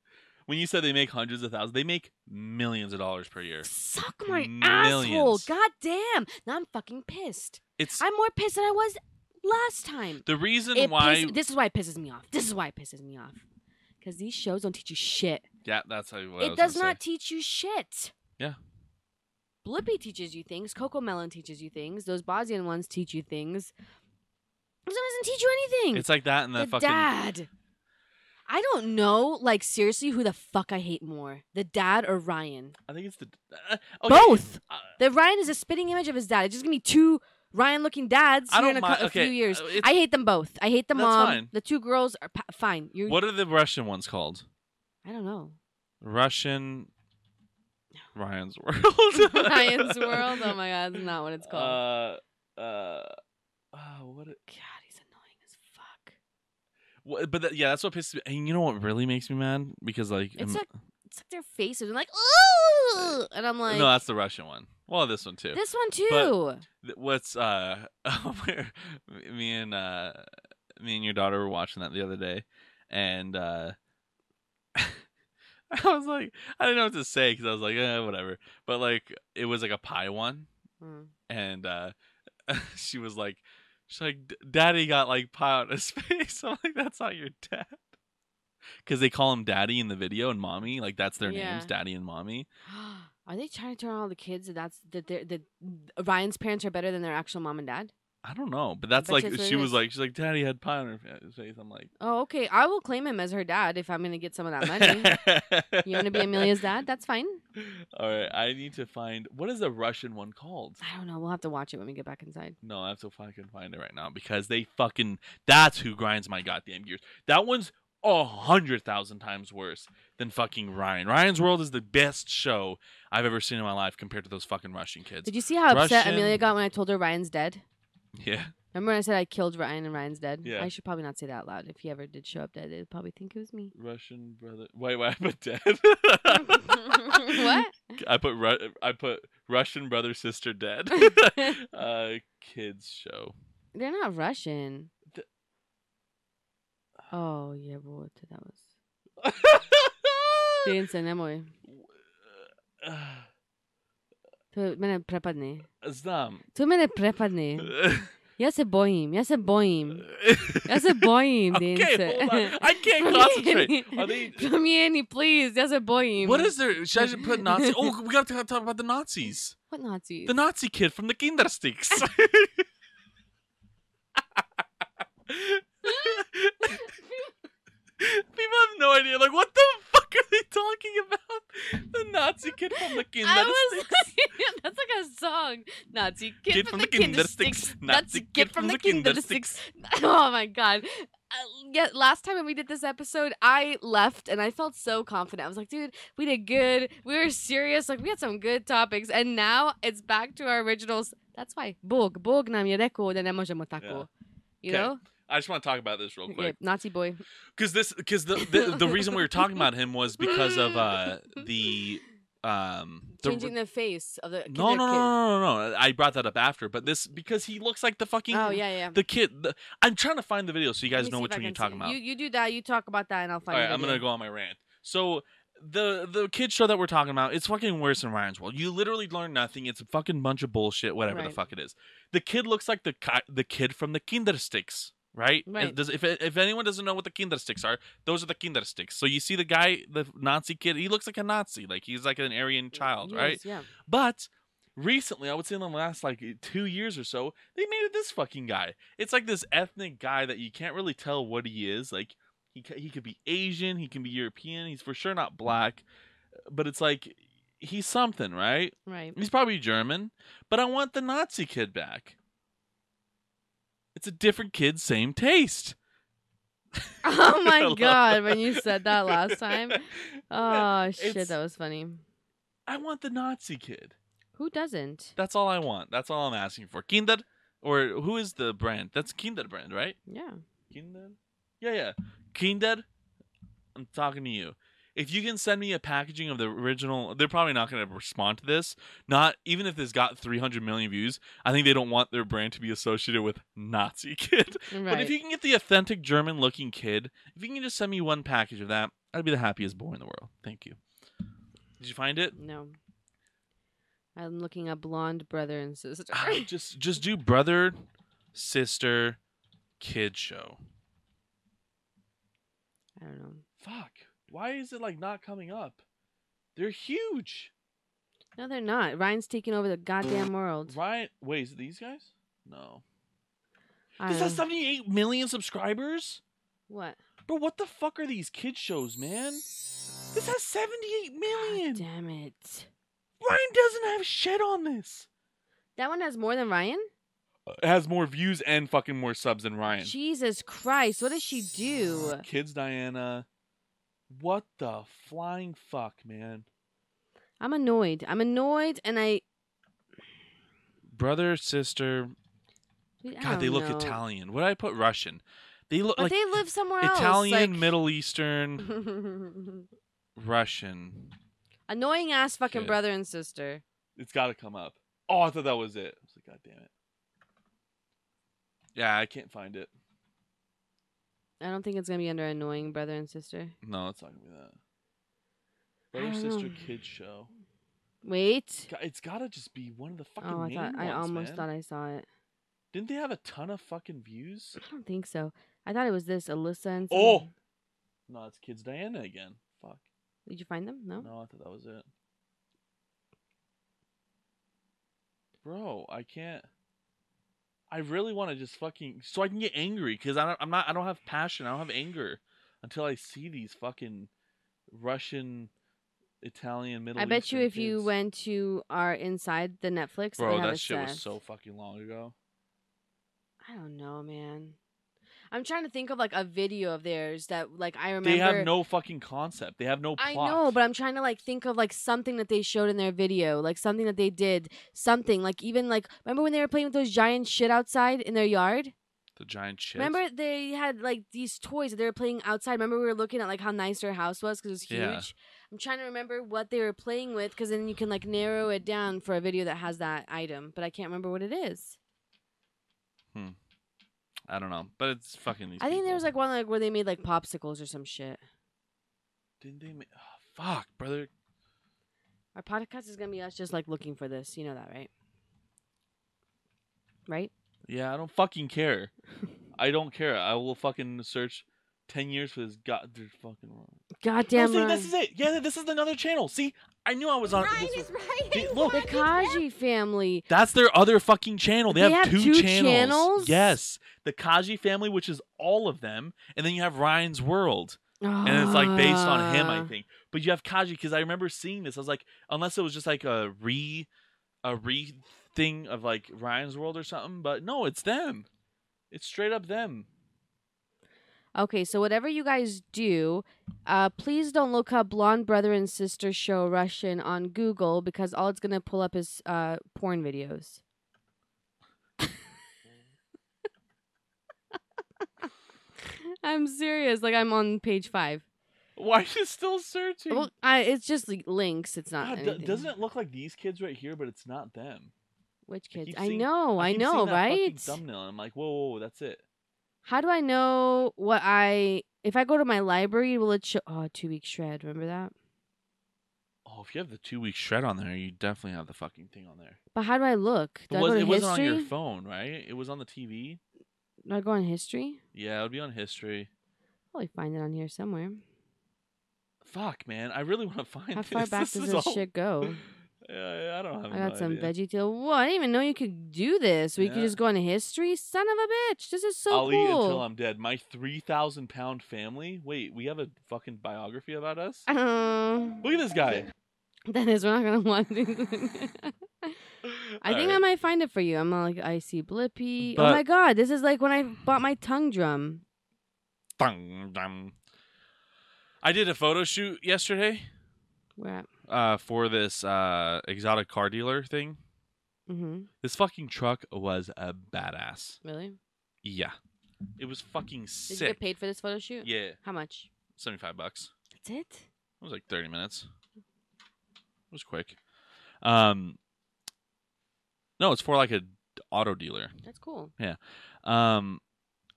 When you said they make hundreds of thousands, they make millions of dollars per year.
suck my asshole!
Millions.
God damn! Now I'm fucking pissed.
It's
I'm more pissed than I was last time.
the reason
It
why.
piss- this is why it pisses me off. This is why it pisses me off. Because these shows don't teach you shit.
yeah, that's how. What I was
it
gonna
does not
Say.
teach you shit.
Yeah.
Blippi teaches you things. Coco Melon teaches you things. Those Bosian ones teach you things. This one doesn't teach you anything.
It's like that and the
the
fucking.
dad. I don't know, like seriously, who the fuck I hate more, the dad or Ryan?
I think it's the. Uh, okay,
Both.
uh,
The Ryan is a spitting image of his dad. It's just gonna be two Ryan-looking dads
I
here in
don't
a, cou-
mind-
a
okay,
few years.
uh, it's-
I hate them both. I hate the
That's
mom.
fine.
The two girls are pa- fine. You,
What are the Russian ones called?
I don't know.
Russian. Ryan's World.
Ryan's World. Oh my god, that's not what it's called.
Uh, uh, uh, what? it-
God, he's annoying as fuck.
what but that, yeah, that's what pisses me. And you know what really makes me mad? Because like,
It's
um,
like it's like their faces and like ooh, and I'm like
no, that's the Russian one. Well, this one too.
this one too.
Th- What's uh, where me and uh, me and your daughter were watching that the other day, and uh, I was like, I didn't know what to say because I was like, eh, whatever. But like, it was like a pie one,
Mm.
and uh, she was like, she's like, "D- Daddy got like pie on his face. I'm like, that's not your dad. Because they call him daddy in the video and mommy, like that's their names,
Yeah.
daddy and mommy.
Are they trying to turn all the kids that that's that they're- that Ryan's parents are better than their actual mom and dad?
I don't know, but that's
bet
like
you that's what
she
it
was
is.
like, she's like, Daddy had pie on her fa- his face. I'm like,
Oh, okay. I will claim him as her dad if I'm gonna get some of that money. you want to be Amelia's dad? That's fine.
All right, I need to find what is the Russian one called.
I don't know. We'll have to watch it when we get back inside.
No, I have to fucking find it right now because they fucking that's who grinds my goddamn gears. That one's a hundred thousand times worse than fucking Ryan. Ryan's World is the best show I've ever seen in my life compared to those fucking Russian kids.
Did you see how upset
Russian-
Amelia got when I told her Ryan's dead?
Yeah.
Remember when I said I killed Ryan and Ryan's dead?
Yeah.
I should probably not say that out loud. If he ever did show up dead, they'd probably think it was me.
Russian brother. Wait, wait, I put dead.
what?
I put Ru- I put Russian brother sister dead. uh, kids show.
They're not Russian.
The-
Oh yeah, what that was. Piensa, nemoj. To mene prepadne.
Znam.
To mene prepadne. Ja se bojim. Ja se bojim. Ja se bojim,
okay,
Dince.
hold on. I can't concentrate. Are they?
Promijeni, please. Ja se bojim.
What is there? Should I just put Nazi? Oh, we got to talk about the Nazis.
What Nazis?
The Nazi kid from the Kindersticks. People have no idea. Like, what the fuck are they talking about? The Nazi kid from the
I was
Kindersticks.
like, that's like a song. Nazi kid, from, the Kindersticks. Nazi kid from the Kindersticks. Oh my god. Uh, yeah, last time when we did this episode, I left and I felt so confident. I was like, dude, we did good. We were serious. Like, we had some good topics. And now it's back to our originals. That's why. Bog, Bog nam je rekao da ne možemo tako. You
Okay,
know?
I just want to talk about this real
Yeah,
quick.
Nazi boy.
because this because the, the the reason we were talking about him was because of uh the um the,
Changing the face of the kid.
no, no no no no no I brought that up after but this because he looks like the fucking
Oh, yeah, yeah.
the kid the, I'm trying to find the video so you
Let
guys
me
know
see
which
if I
one you're
can see
talking
it.
about
You, you do that. You talk about that, and I'll find
all right
the
I'm gonna
video.
go on my rant so. The, the kid show that we're talking about, it's fucking worse than Ryan's World. You literally learn nothing. It's a fucking bunch of bullshit, whatever the
Right.
fuck it is. The kid looks like the ki- the kid from the Kindersticks, right?
Right.
It does- if, if anyone doesn't know what the Kindersticks are, those are the Kindersticks. So you see the guy, the Nazi kid, he looks like a Nazi, like he's like an Aryan child,
Yes,
right?
Yeah.
But recently, I would say in the last like eh, two years or so, they made it this fucking guy. It's like this ethnic guy that you can't really tell what he is. Like he c- he could be Asian, he can be European, he's for sure not black, but it's like he's something, right?
Right.
He's probably German. But I want the Nazi kid back. It's a different kid, same taste.
Oh
I
my
love
god,
that.
when you said that last time. Oh shit,
It's-
that was funny.
I want the Nazi kid.
Who doesn't?
That's all I want. That's all I'm asking for. Kinder, or who is the brand? That's Kinder brand, right?
Yeah.
Kinder? Yeah, yeah. Kinder, I'm talking to you. if you can send me a packaging of the original, they're probably not going to respond to this. Not even if this got 300 million views, I think they don't want their brand to be associated with Nazi kid.
Right.
But if you can get the authentic German looking kid, if you can just send me one package of that, I'd be the happiest boy in the world. Thank you. Did you find it?
No. I'm looking up blonde brother and sister.
Ah, just just do brother, sister, kid show.
I don't know.
Fuck. Why is it like not coming up? They're huge.
No, they're not. Ryan's taking over the goddamn world.
Right? Wait, is it these guys? No.
I
This
don't
has
know.
78 million subscribers?
What?
Bro, what the fuck are these kid shows, man? This has 78 million.
Damn it.
Ryan doesn't have shit on this.
That one has more than Ryan?
It has more views and fucking more subs than Ryan.
Jesus Christ. What does she do?
Kids Diana. What the flying fuck, man?
I'm annoyed. I'm annoyed and I.
Brother, sister.
I
God, they
don't
look
know.
Italian. What did I put Russian? They look
But
like
they live somewhere else.
Italian,
like- Mm-hmm.
Middle Eastern,
Annoying
Russian.
ass fucking
Kid.
brother and sister.
It's got to come up. Oh, I thought that was it. I was like, God damn it. Yeah, I can't find it.
I don't think it's gonna be under annoying brother and sister.
No, it's not gonna be that.
I
Brother
don't
sister
know.
kid show.
Wait.
Go- It's gotta just be one of the fucking.
Oh, I
main
thought I
ones,
almost
man.
thought I saw it.
Didn't they have a ton of fucking views?
I don't think so. I thought it was this Alyssa and. some-
Oh. No, it's kids Diana again. Fuck.
Did you find them? No.
No, I thought that was it. Bro, I can't. I really want to just fucking so I can get angry because I don't. I'm not. I don't have passion. I don't have anger until I see these fucking Russian, Italian, Middle.
I bet you
Eastern
if you
kids.
went to our inside the Netflix,
Bro,
they have
that
it
shit was
set.
so fucking long ago.
I don't know, man. I'm trying to think of like a video of theirs that like I remember.
They have no fucking concept. They have no plot.
I know, but I'm trying to like think of like something that they showed in their video, like something that they did, something like even like remember when they were playing with those giant shit outside in their yard?
the giant shit.
Remember they had like these toys that they were playing outside. Remember we were looking at like how nice their house was because it was huge.
Yeah.
I'm trying to remember what they were playing with because then you can like narrow it down for a video that has that item, but I can't remember what it is.
I don't know, but it's fucking. These
I think there
people.
was like one like where they made like popsicles or some shit.
Didn't they? Ma- oh, fuck, brother.
Our podcast is gonna be us just like looking for this. You know that, right? Right?
Yeah, I don't fucking care. I don't care. I will fucking search ten years for this god. They're fucking wrong.
Goddamn
See,
right.
this is it. Yeah, this is another channel. See, I knew I was on.
Ryan
this
is
was-
right.
They- look.
The Kaji family.
That's their other fucking channel. They,
They
have,
have
two,
two
channels.
channels?
Yes, the Kaji family, which is all of them, and then you have Ryan's World, and it's like based on him, I
Ah.
think. But you have Kaji because I remember seeing this. I was like, unless it was just like a re, a re thing of like Ryan's World or something. But no, it's them. It's straight up them.
Okay, so whatever you guys do, uh, please don't look up Blonde Brother and Sister Show Russian on Google because all it's gonna pull up is uh, porn videos. I'm serious. Like I'm on page five.
Why is it still searching?
Well, I, it's just like, links. It's not.
God, do-
anything.
doesn't it look like these kids right here? But it's not them.
Which
I
kids?
keep
I,
seeing-
know. Oh, I,
keep seeing
know,
that fucking
right?
Thumbnail. And I'm like, whoa, whoa, whoa, that's it.
How do I know what I? If I go to my library, will it show? Oh, two week shred. Remember that?
Oh, if you have the two week shred on there, you definitely have the fucking thing on there.
But how do I look? Do
It,
I
was,
go to
it wasn't on
history?
your phone, right? It was on the TV.
Do I go on history?
Yeah, it would be on history.
Probably find it on here somewhere.
Fuck, man, I really want to find.
How
this.
far back
This
does
is
this
all-
shit go?
Yeah, I don't have.
I got
no
some
idea.
veggie tail. Whoa, I didn't even know you could do this. We
Yeah.
could just go on history. Son of a bitch, this is so
I'll
cool.
eat until I'm dead. My three thousand pound family. Wait, we have a fucking biography about us.
Um,
Look at this guy.
that is, we're not gonna want to. I think I might find it for you. I'm all like, I see Blippy. oh
But-
my god, this is like when I bought my tongue drum.
Dum, dum. I did a photo shoot yesterday
Where? At?
uh, for this uh, exotic car dealer thing.
Mm-hmm.
This fucking truck was a badass.
Really?
Yeah, it was fucking
Did
sick.
you get paid for this photo shoot?
Yeah,
How much?
seventy-five bucks.
That's it.
was like 30 minutes. It was quick. Um, no, it's for like a d- auto dealer.
That's cool.
Um,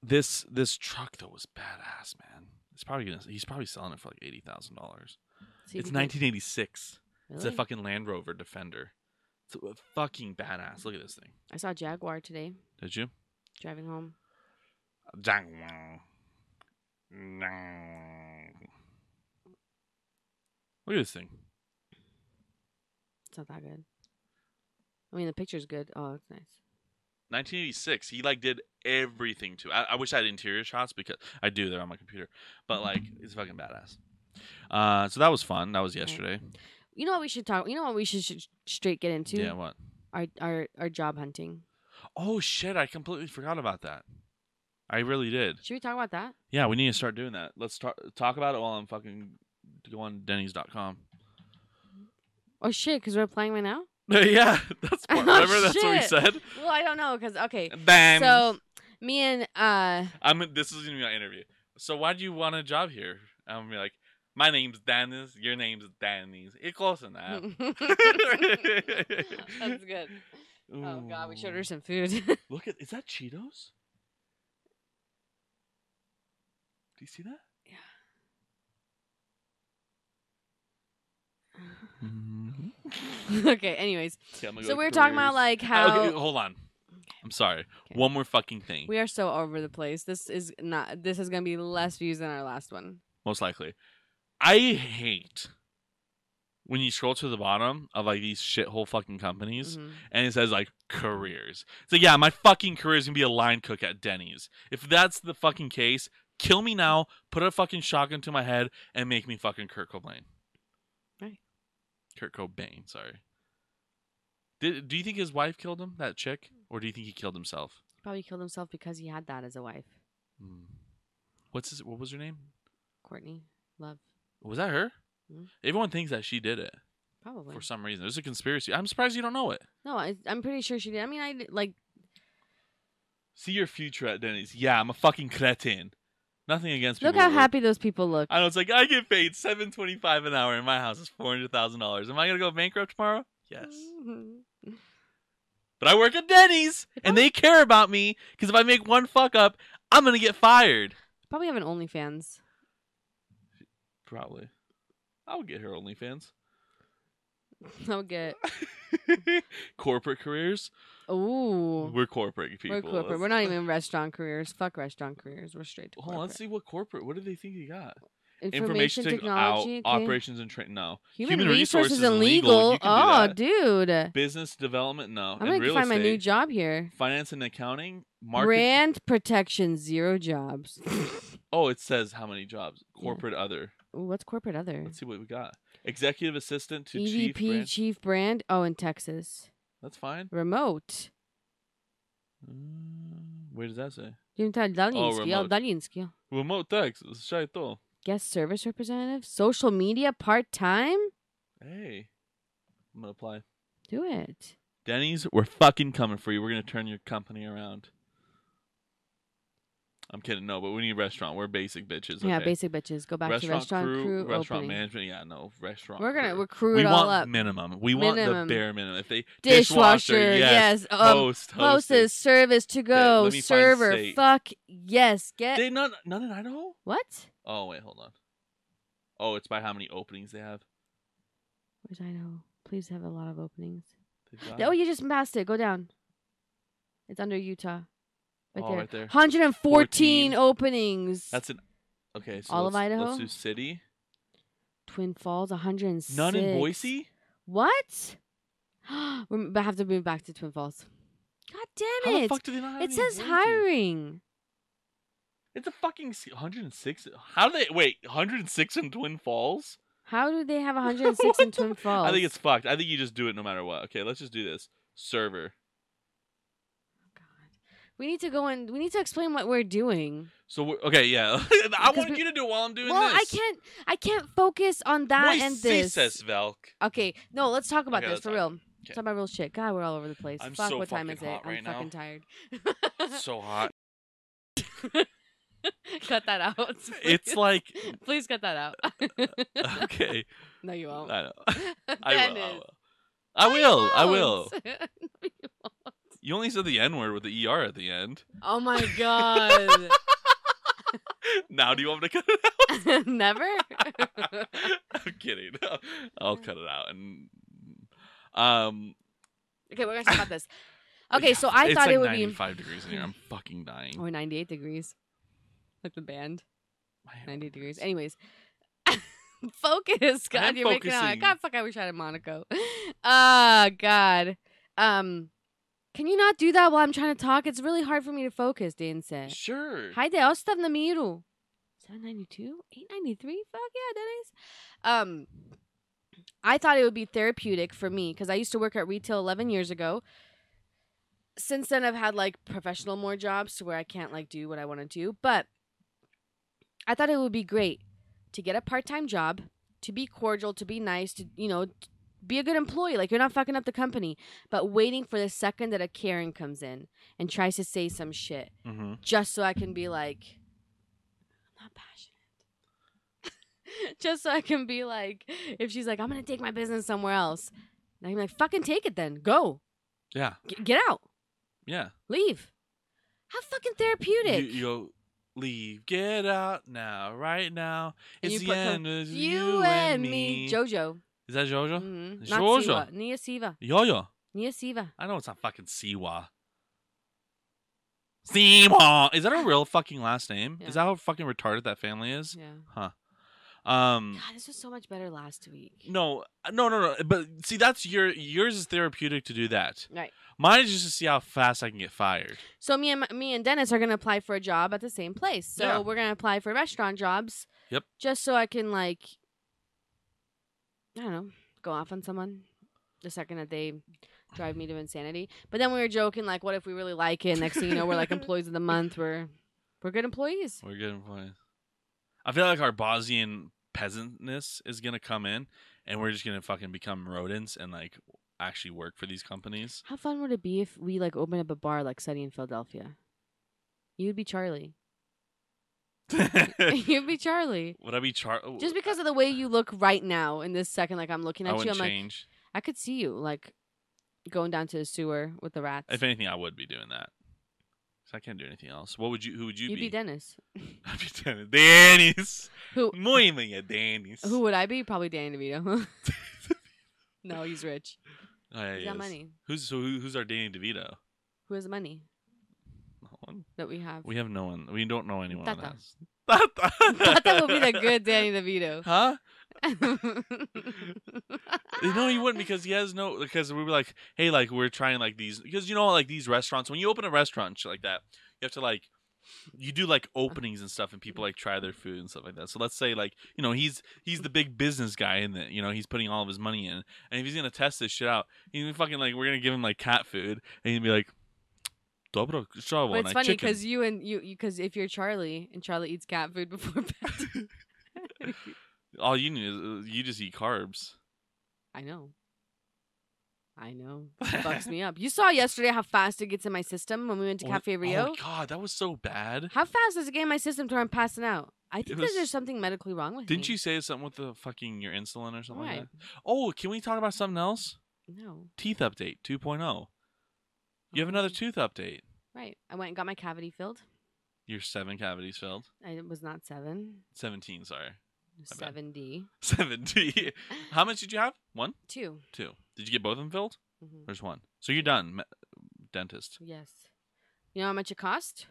this this truck though was badass, man. It's probably gonna. He's probably selling it for like eighty thousand dollars.
See if
It's
you can-
1986. It's a
Really?
fucking Land Rover Defender. It's a fucking badass. Look at this thing.
I saw a Jaguar today
Did you?
driving home.
Dang. Dang. Look at this thing.
It's not that good. I mean, the picture's good. Oh, it's nice.
1986. He like did everything to. it. I, I wish I had interior shots because I do. They're on my computer. But like, it's fucking badass. Uh, so that was fun. That was yesterday.
You know what we should talk? You know what we should, should straight get into?
Yeah. What?
Our our our job hunting.
Oh shit! I completely forgot about that. I really did.
Should we talk about that?
Yeah, we need to start doing that. Let's talk talk about it while I'm fucking go on Denny's.com.
Oh shit, because we're playing right now.
yeah, that's
Oh,
part, remember that's what we
shit.
said.
Well, I don't know because okay.
Bam.
So me and uh,
I'm. This is gonna be my interview. So why do you want a job here? I'm gonna be like, my name's Dennis. Your name's Denny's. It's close enough.
that's good. Oh god, we showed her
Ooh.
some food.
Look at is that Cheetos? Do you see that? Mm-hmm.
okay. Anyways,
Okay, I'm gonna go
so we were
careers.
talking about like how
Okay, hold on. I'm sorry. One more fucking thing.
we are so over the place. This is not. This is gonna be less views than our last one.
most likely. I hate when you scroll to the bottom of like these shithole fucking companies
Mhm.
and it says like careers. It's like, yeah, my fucking career is gonna be a line cook at Denny's. If that's the fucking case, kill me now, put a fucking shotgun to my head, and make me fucking Kurt Cobain.
Right.
Kurt Cobain, sorry. Did, do you think his wife killed him, that chick? Or do you think he killed himself?
Probably killed himself because he had that as a wife.
Hmm. What's his, what was her name?
Courtney Love,
Was that her?
Mhm.
Everyone thinks that she did it.
probably.
for some reason. There's a conspiracy. I'm surprised you don't know it.
No, I, I'm pretty sure she did. I mean, I did- like.
See your future at Denny's. Yeah, I'm a fucking cretin. Nothing against
Look
people
how
who work-
happy those people look.
I know it's like I get paid seven twenty five an hour, and my house is four hundred thousand dollars. Am I gonna go bankrupt tomorrow? Yes,
Mhm.
but I work at Denny's, and they care about me because if I make one fuck up, I'm gonna get fired.
Probably have an OnlyFans.
Probably. I would get her OnlyFans.
I'll get.
corporate careers.
Ooh.
We're corporate people.
We're corporate.
Let's-
We're not even restaurant careers. Fuck restaurant careers. We're straight to
Hold on, let's
corporate.
see what corporate. What do they think you got?
Information,
tech-
technology.
out,
okay.
operations and training. No,
Human,
human
resources,
resources
and
and legal,
legal.
you
Oh,
can
dude. I'm
business development. No, and
gonna
real
find my
estate,
new job here.
finance and accounting, market.
Brand protection, zero jobs.
Oh, it says how many jobs? Corporate other.
Ooh, what's corporate other?
Let's see what we got. Executive assistant to
EVP,
chief. Brand.
chief brand. Oh, in Texas.
That's fine.
Remote.
Mm, Where does that say? Oh, remote.
Dalinsky.
Remote tax. Shai to.
Guest service representative. Social media part time.
Hey, I'm gonna apply.
Do it.
Denny's, we're fucking coming for you. We're gonna turn your company around. I'm kidding. No, but we need restaurant. We're basic bitches.
Yeah,
okay?
basic bitches. Go back to restaurant crew,
restaurant
opening.
management. Yeah, no restaurant.
We're gonna
crew.
we're crew
we
it
want
all up.
minimum. We want
Minimum.
the bare minimum. If they
Dishwasher,
yes,
yes. Um,
host,
hostess,
hostess.
service to go,
let me find
server.
state.
Fuck yes. Get
They none none in Idaho.
what?
Oh wait, hold on. Oh, it's by how many openings they have.
Where's Idaho? Please have a lot of openings.
They've
Oh,
got-
you just passed it. Go down. It's under Utah. Right
Oh,
there.
right there.
114
14.
openings.
That's an okay. So
All of
let's- Let's
Idaho?
do city.
Twin Falls, 106.
None in Boise.
What? Rem- I have to move back to Twin Falls. God damn
How the
it.
fuck do they not have
it
any in
says
Boise?
hiring.
It's a fucking se- 106. How do they wait? 106 in Twin Falls?
How do they have 106 in
What the
Twin
fu-
Falls?
I think it's fucked. I think you just do it no matter what. Okay, let's just do this. Server.
God. We need to go and we need to explain what we're doing.
So we're, okay, yeah. I
Because
want
we-
you to do it while I'm doing
well,
this.
I can't I can't focus on that
Moi
and this.
says Velk.
Okay, no, let's talk about
Okay,
this
that's
for
fine.
real.
Okay.
Talk about real shit. God, we're all over the place.
I'm
Fuck,
so
what time
fucking
is it?
hot right
I'm
now.
fucking tired.
It's so hot.
cut that out.
It's
please.
like
please cut that out.
okay.
no, you won't.
I know. I will. I
Dennis,
will. I
no, you
will. I will.
won't. No, you won't.
You only said the N word with the ER at the end.
oh my god.
Now do you want me to cut it out?
Never.
I'm kidding. I'll cut it out and um
okay, we're gonna talk about this. Okay,
yeah,
so I
it's
thought
like
it would be
95 degrees in here. I'm fucking dying.
or 98 degrees, like the band.
I am
90 degrees. Anyways, focus. God,
am
you're making out.
focusing.
God, fuck, I wish I had a Monaco. Ah, God. Um, can you not do that while I'm trying to talk? It's really hard for me to focus, Dan said.
Sure.
Hi there, I'll na miro. 792? 893? Fuck yeah, Dennis. Um, I thought it would be therapeutic for me because I used to work at retail 11 years ago. Since then, I've had like professional more jobs to where I can't like do what I want to do. But I thought it would be great to get a part time job, to be cordial, to be nice, to, you know, t- be a good employee. Like you're not fucking up the company, but waiting for the second that a Karen comes in and tries to say some shit
hmm
just so I can be like, I'm not passionate. just so I can be like, if she's like, I'm gonna take my business somewhere else, and I'm like, fucking take it then, go,
Yeah.
G- get out,
Yeah.
leave. How fucking
You,
therapeutic.
you go leave. Get out now. Right now.
And
It's
you
the
put co-
end. it's you and me.
JoJo.
Is that JoJo?
Mhm.
It's
Not
JoJo.
Siva. Nia Siva.
Yo-yo.
Nia Siva.
I know it's not fucking Siwa. Siwa. Is that a real fucking last name?
Yeah.
Is that how fucking retarded that family is?
Yeah.
Um.
God, this was so much better last week.
No, no, no, no. But see, that's your yours is therapeutic to do that.
Right.
Mine is just to see how fast I can get fired.
So me and me and Dennis are gonna apply for a job at the same place. So
Yeah.
we're gonna apply for restaurant jobs.
Yep.
Just so I can like, I don't know, go off on someone the second that they drive me to insanity. But then we were joking like, what if we really like it? Next thing you know, we're like employees of the month. We're we're good employees.
We're getting fired. I feel like our Bosnian peasantness is gonna come in, and we're just gonna fucking become rodents and like actually work for these companies.
How fun would it be if we like opened up a bar like Sunny in Philadelphia? You'd be Charlie.
Would
You'd be Charlie.
I be char?
Just because of the way you look right now in this second, like I'm looking
I
at you,
wouldn't
I'm like,
change.
I could see you like going down to the sewer with the rats.
If anything, I would be doing that. 'Cause I can't do anything else. What would you? Who would you
You'd
be?
be Dennis.
I'd be Dennis. Dennis.
Who
Muy bien, Dennis.
who would I be? Probably Danny DeVito. no, he's rich.
Oh, yeah,
He's
he
got
is.
money.
Who's so who, who's our Danny DeVito?
Who has money
No one.
that we have?
We have no one. We don't know anyone.
Tata.
Else. Tata.
Tata would be the good Danny DeVito.
Huh? No, he wouldn't because he has no. Because we were like, hey, like we're trying like these because you know like these restaurants when you open a restaurant and shit like that, you have to like you do like openings and stuff and people like try their food and stuff like that. So let's say like you know he's he's the big business guy in that you know he's putting all of his money in and if he's gonna test this shit out, he's gonna fucking like we're gonna give him like cat food and he'd be like, dobro
But
kršavo
it's
na
funny
chicken."
because you and you because if you're Charlie and Charlie eats cat food before bed.
All you need is uh, you just eat carbs.
I know. I know. It Fucks me up. You saw yesterday how fast it gets in my system when we went to
Oh,
Cafe Rio.
Oh god, that was so bad.
How fast does it get in my system to where I'm passing out? I think that
was-
there's something medically wrong with
Didn't
me.
you say something with the fucking your insulin or something
Right.
like that? Oh, can we talk about something else?
No.
Teeth update 2.0. You have another tooth update.
Right. I went and got my cavity filled.
Your seven cavities filled.
I was not seven.
17, sorry. bad.
Seven D.
70. How much did you have? One?
2
Two. Did you get both of them filled?
Mm-hmm.
Or just one? So you're done, me- dentist.
Yes. You know how much it cost?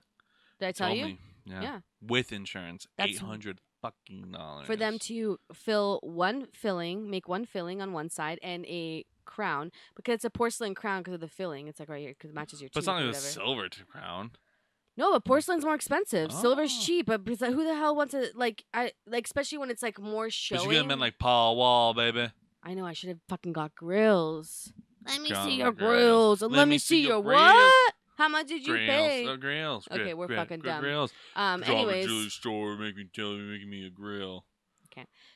Did I tell
Told
you?
me. Yeah.
Yeah.
With insurance.
That's-
800 fucking dollars.
For them to fill one filling, make one filling on one side and a crown because it's a porcelain crown because of the filling. It's like right here because it matches your
But
tooth.
it's not like
or
a
whatever.
silver to crown.
No, but porcelain's more expensive. Silver's
Oh.
cheap, but because who the hell wants to like I like especially when it's like more showing.
But you could have been like Paul Wall, baby.
I know I should have fucking got grills. Let me
Got
see your
grills.
grills. and Let, me see, your,
grills.
what? How much did you
Grills.
pay?
Oh, grills.
Okay,
Grill-
we're
grill-
fucking
grill-
dumb.
Grills.
Um.
Drop a
Anyways,
jewelry store, make me tell you, making me a grill.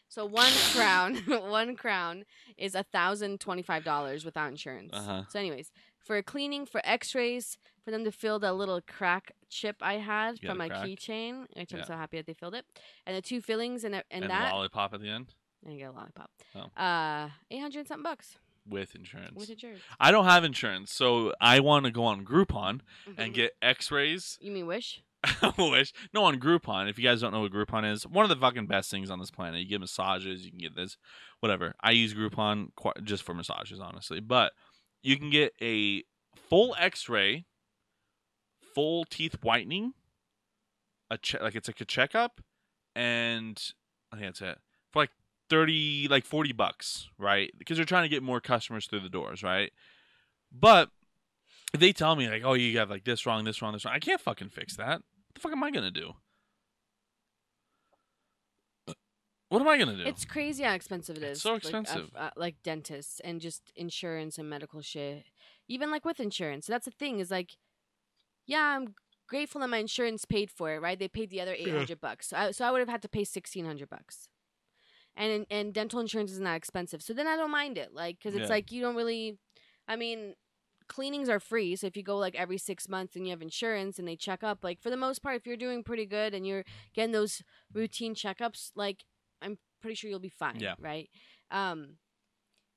so one crown, one crown is a thousand twenty-five dollars without insurance.
Uh-huh.
So, anyways, for a cleaning, for X-rays, for them to fill that little crack chip I had
Yeah,
from
the
my
crack.
keychain, which
Yeah.
I'm so happy that they filled it, and the two fillings and the- and,
and
that,
lollipop at the end
and you get a lollipop.
Oh.
Uh, eight hundred something bucks
with insurance.
with insurance.
I don't have insurance, so I want to go on Groupon and get X-rays.
Mm-hmm. you mean Wish?
I wish no on Groupon. If you guys don't know what Groupon is, one of the fucking best things on this planet. You get massages, you can get this, whatever. I use Groupon qu- just for massages, honestly. But you can get a full X-ray, full teeth whitening, a che- like it's like a checkup, and I think that's it for like thirty, like forty bucks, right? Because they're trying to get more customers through the doors, right? But if they tell me like, oh, you got like this wrong, this wrong, this wrong, I can't fucking fix that. What the fuck am I gonna do? What am I gonna do?
It's crazy how expensive it is.
It's so
Like, I've-
expensive.
uh, like dentists and just insurance and medical shit. Even like with insurance, that's the thing. Is like, yeah, I'm grateful that my insurance paid for it. Right? They paid the other eight hundred bucks. So I, so I would have had to pay sixteen hundred bucks. And and dental insurance isn't that expensive, so then I don't mind it. Like, because it's
Yeah.
like you don't really. I mean, cleanings are free, so if you go like every six months and you have insurance and they check up, like for the most part, if you're doing pretty good and you're getting those routine checkups, like I'm pretty sure you'll be fine.
Yeah.
Right. Um,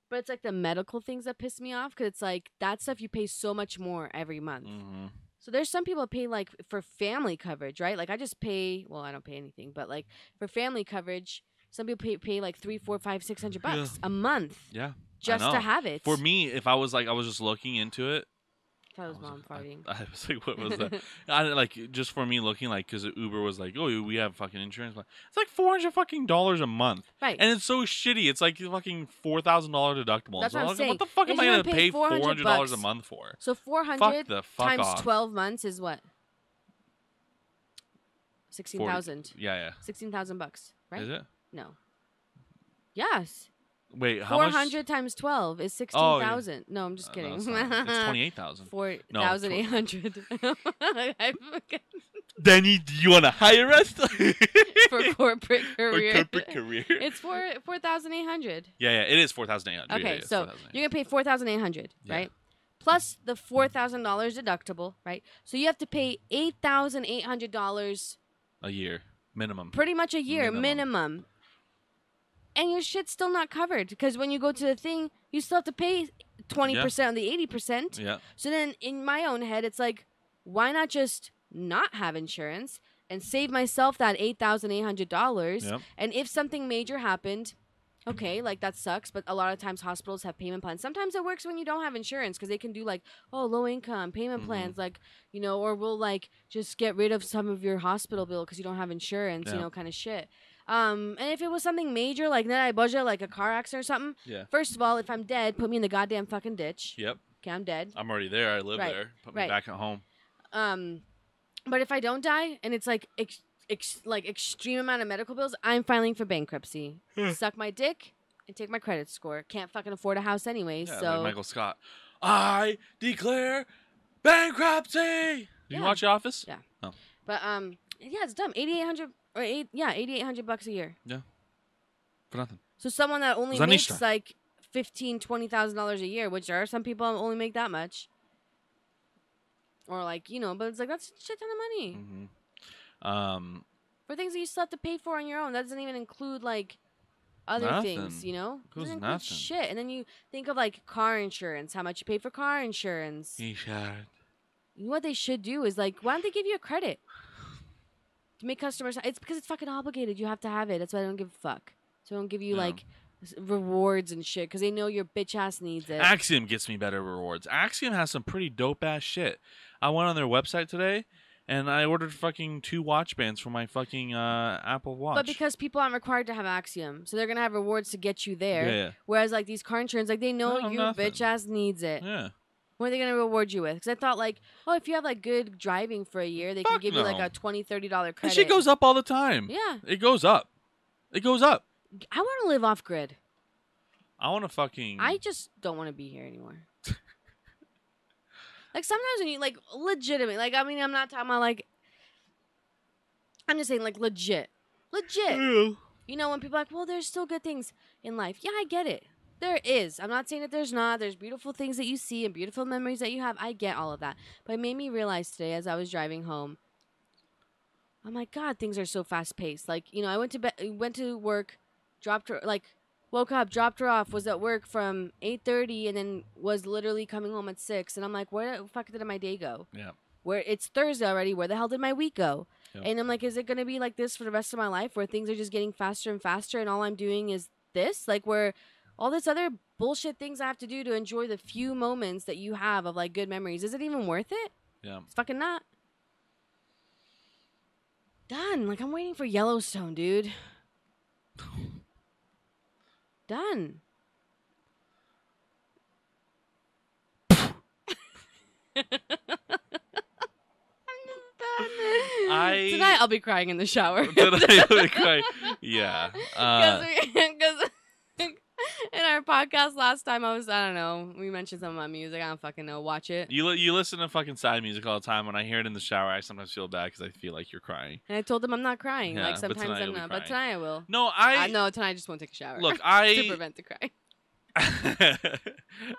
but it's like the medical things that piss me off because it's like that stuff you pay so much more every month.
Mhm.
So there's some people that pay like for family coverage, right? Like I just pay. Well, I don't pay anything, but like for family coverage, some people pay, pay like three, four, five, six hundred
Yeah.
bucks a month
Yeah.
just
know.
to have it.
For me, if I was like, I was just looking into it.
that
I
was mom
like, I-
farting.
I, was like, what was that? I didn't, like just for me looking like because Uber was like, oh, we have fucking insurance. Like, It's like four hundred fucking dollars a month,
right.
and it's so shitty. It's like fucking four thousand dollar deductible.
That's
So
what I'm
like,
saying.
What the fuck
If
am I
you're
gonna
gonna pay
pay four
$400
hundred dollars a
bucks,
month for?
so four
Fuck
hundred
the fuck
times
off.
twelve months is what? Sixteen thousand.
Yeah,
Sixteen thousand bucks,
yeah.
right?
Is it?
No. Yes.
Wait, how
Four
much?
hundred times twelve is sixteen
Oh, yeah.
thousand. No, I'm
Uh,
just
no,
kidding.
it's not. It's twenty-eight thousand.
Four
No,
thousand eight hundred. I forgot.
Then you, you want to hire us
for corporate career.
corporate career?
It's four four thousand eight hundred.
yeah, yeah, it is four thousand eight hundred.
Okay, so You're gonna pay four thousand eight hundred,
Yeah.
right? Plus the four thousand dollars deductible, right? So you have to pay eight thousand eight hundred dollars
a year minimum.
pretty much a year
Minimum.
minimum. And your shit's still not covered because when you go to the thing, you still have to pay twenty percent on the eighty percent.
yeah,
So then in my own head, it's like, why not just not have insurance and save myself that eight thousand eight hundred dollars?
Yep.
And if something major happened, okay, like that sucks. But a lot of times hospitals have payment plans. Sometimes it works when you don't have insurance because they can do like, oh, low income payment
Mhm.
plans, like you know, or we'll like just get rid of some of your hospital bill because you don't have insurance,
Yeah.
you know, kind of shit. Um, and if it was something major like that, I budget like a car accident or something.
Yeah.
First of all, if I'm dead, put me in the goddamn fucking ditch.
yep.
Okay, I'm dead.
I'm already there. I live
Right,
there. Put me
right.
back at home.
Um, but if I don't die and it's like ex- ex- like extreme amount of medical bills, I'm filing for bankruptcy.
Hmm.
Suck my dick and take my credit score. Can't fucking afford a house anyway,
Yeah, like
so
Michael Scott. I declare bankruptcy. Did you
Yeah.
watch The Office?
Yeah. but um yeah, it's dumb. 8800 or 8 yeah, 8800 bucks a year.
For nothing.
So someone that only
Zanisha.
makes like 15 20,000 dollars a year, which there are some people that only make that much. Or like, you know, but it's like that's a shit ton of money.
Mm-hmm. Um,
for things that you still have to pay for on your own. That doesn't even include like other things,
Nothing.
you know?
Includes
doesn't include
nothing.
shit. And then you think of like car insurance, how much you pay for car insurance.
he should.
What they should do is like, why don't they give you a credit? To make customers it's because it's fucking obligated. You have to have it. That's why I don't give a fuck. So I don't give you
Yeah.
like s- rewards and shit because they know your bitch ass needs it.
Axiom gets me better rewards. Axiom has some pretty dope ass shit. I went on their website today and I ordered fucking two watch bands for my fucking uh, Apple Watch.
But because people aren't required to have Axiom, so they're gonna have rewards to get you there.
Yeah,
Whereas like these car insurance, like they know
Oh,
your
nothing.
bitch ass needs it.
yeah. yeah.
What are they going to reward you with? Because I thought, like, oh, if you have, like, good driving for a year, they can
Fuck
give you, like,
no.
a $20, $30 credit.
And shit goes up all the time.
Yeah.
It goes up. It goes up.
I want to live off grid.
I want to fucking.
I just don't want to be here anymore. like, sometimes when you, like, legitimate, like, I mean, I'm not talking about, like, I'm just saying, like, legit. Legit.
Ew.
You know, when people are like, well, there's still good things in life. Yeah, I get it. There is. I'm not saying that there's not. There's beautiful things that you see and beautiful memories that you have. I get all of that. But it made me realize today as I was driving home, I'm like, God, things are so fast paced. Like, you know, I went to bed, went to work, dropped her, like, woke up, dropped her off, was at work from 8.30 and then was literally coming home at 6. And I'm like, where the fuck did my day go?
Yeah.
Where it's Thursday already. Where the hell did my week go?
Yeah.
And I'm like, is it going to be like this for the rest of my life where things are just getting faster and faster and all I'm doing is this? Like, where all this other bullshit things I have to do to enjoy the few moments that you have of like good memories. Is it even worth it?
Yeah.
It's fucking not. Done. Like I'm waiting for Yellowstone, dude. Done.
I-
Tonight I'll be crying in the shower.
Did I really cry? Yeah. Uh,
Because in our podcast last time, I was, I don't know, we mentioned something about music. I don't fucking know. Watch it.
you li- you listen to fucking sad music all the time. When I hear it in the shower, I sometimes feel bad because I feel like you're crying.
And I told them I'm not crying.
Yeah,
like
but
sometimes
tonight
I'm
you'll be
not, but
crying.
tonight I will.
No,
I
I
know tonight I just won't take a shower.
look.
to
I
prevent the crying.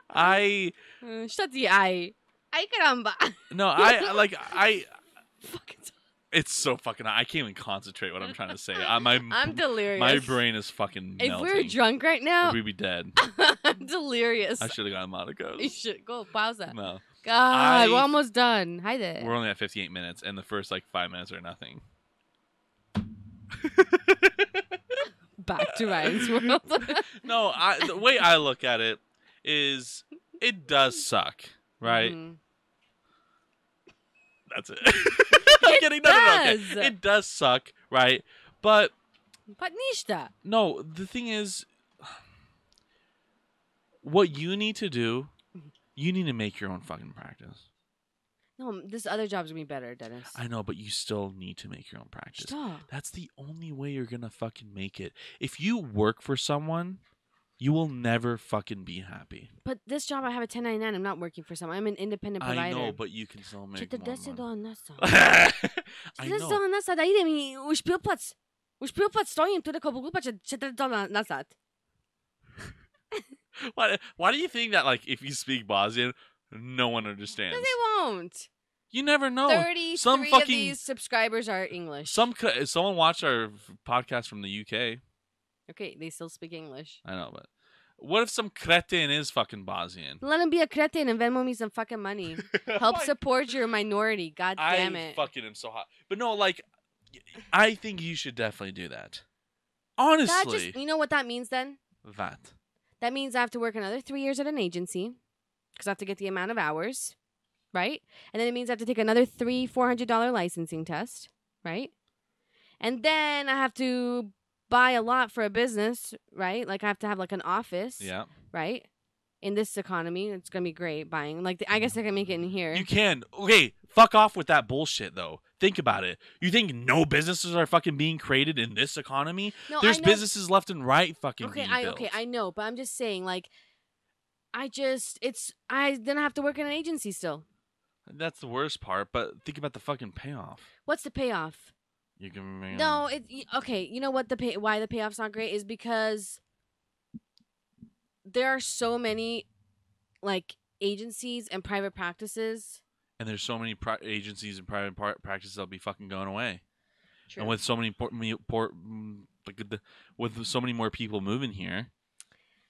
I
Uh, shut the eye. I caramba.
no. I like I.
fucking. t-
It's so fucking. I can't even concentrate what I'm trying to say. I, my
I'm delirious.
my brain is fucking.
If
melting.
we were drunk right now,
we'd be dead.
I'm delirious.
I should have gotten Monaco.
you should go pause that.
No,
God, we're
I-
almost done. Hi there.
we're only at 58 minutes, and the first like five minutes are nothing.
Back to Ryan's world.
No, I, the way I look at it is, it does suck, right?
Mhm.
That's it. I'm
It
kidding. No, no, no,
does.
okay. It does suck, right? But
But nishta.
no, the thing is, what you need to do, you need to make your own fucking practice.
No, this other job's gonna be better, Dennis.
I know, but you still need to make your own practice.
Stop.
That's the only way you're gonna fucking make it. If you work for someone, you will never fucking be happy.
But this job, I have a 1099. I'm not working for someone. I'm an independent provider.
I know, but you can still make
Что-то
more
да, сюда,
money.
на сам.
I
Сюда,
know.
сюда, назад, а идем и уж пил плац. Уж пил плац, стоим, туди ко Богу, паче, четири дона назад.
Why, why do you think that like if you speak Bosnian, no one understands?
No, they won't.
You never know.
Thirty-three
some
of
fucking-
these subscribers are English.
Some co- someone watched our podcast from the UK.
Okay, they still speak English.
I know, but what if some cretin is fucking Bosnian?
Let him be a cretin and Venmo me some fucking money. Help support your minority. God
I
damn it.
fucking am so hot. But no, like, I think you should definitely do that. Honestly,
that just, you know what that means then?
that.
That means I have to work another three years at an agency because I have to get the amount of hours, right? And then it means I have to take another three four hundred dollar licensing test, right? And then I have to buy a lot for a business, right? Like I have to have like an office,
Yeah,
right? In this economy, it's gonna be great buying. Like I guess I can make it in here.
you can. Okay, fuck off with that bullshit though. Think about it. You think no businesses are fucking being created in this economy?
no,
There's
I know-
businesses left and right fucking
Okay,
being
I
built.
okay, I know, but I'm just saying, like, I just it's I then I have to work in an agency still.
That's the worst part. But think about the fucking payoff.
What's the payoff?
You can make
No, it y- okay. You know what the pay why the payoff's not great is because there are so many like agencies and private practices.
and there's so many pri- agencies and private par- practices that'll be fucking going away. And with so many por- me- por- mm, like the- with so many more people moving here,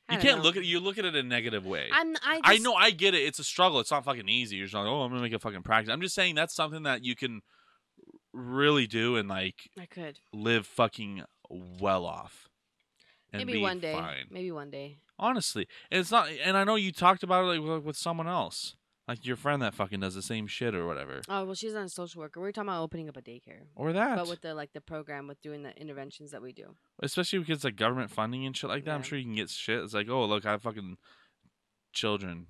I
you
don't
can't
know.
look at you look at it in a negative way.
I'm I,
I
just-
know I get it. It's a struggle. It's not fucking easy. You're just like, oh, I'm gonna make a fucking practice. I'm just saying that's something that you can really do and like
I could
live fucking well off. and
maybe
be
one day.
fine.
Maybe one day.
Honestly, and it's not. And I know you talked about it like with- with someone else, like your friend that fucking does the same shit or whatever,
Oh well, she's not a social worker. We are talking about opening up a daycare,
or that.
but with the like the program with doing the interventions that we do.
especially because like government funding and shit like that. I'm
Yeah.
sure you can get shit. It's like, oh look, I have fucking children.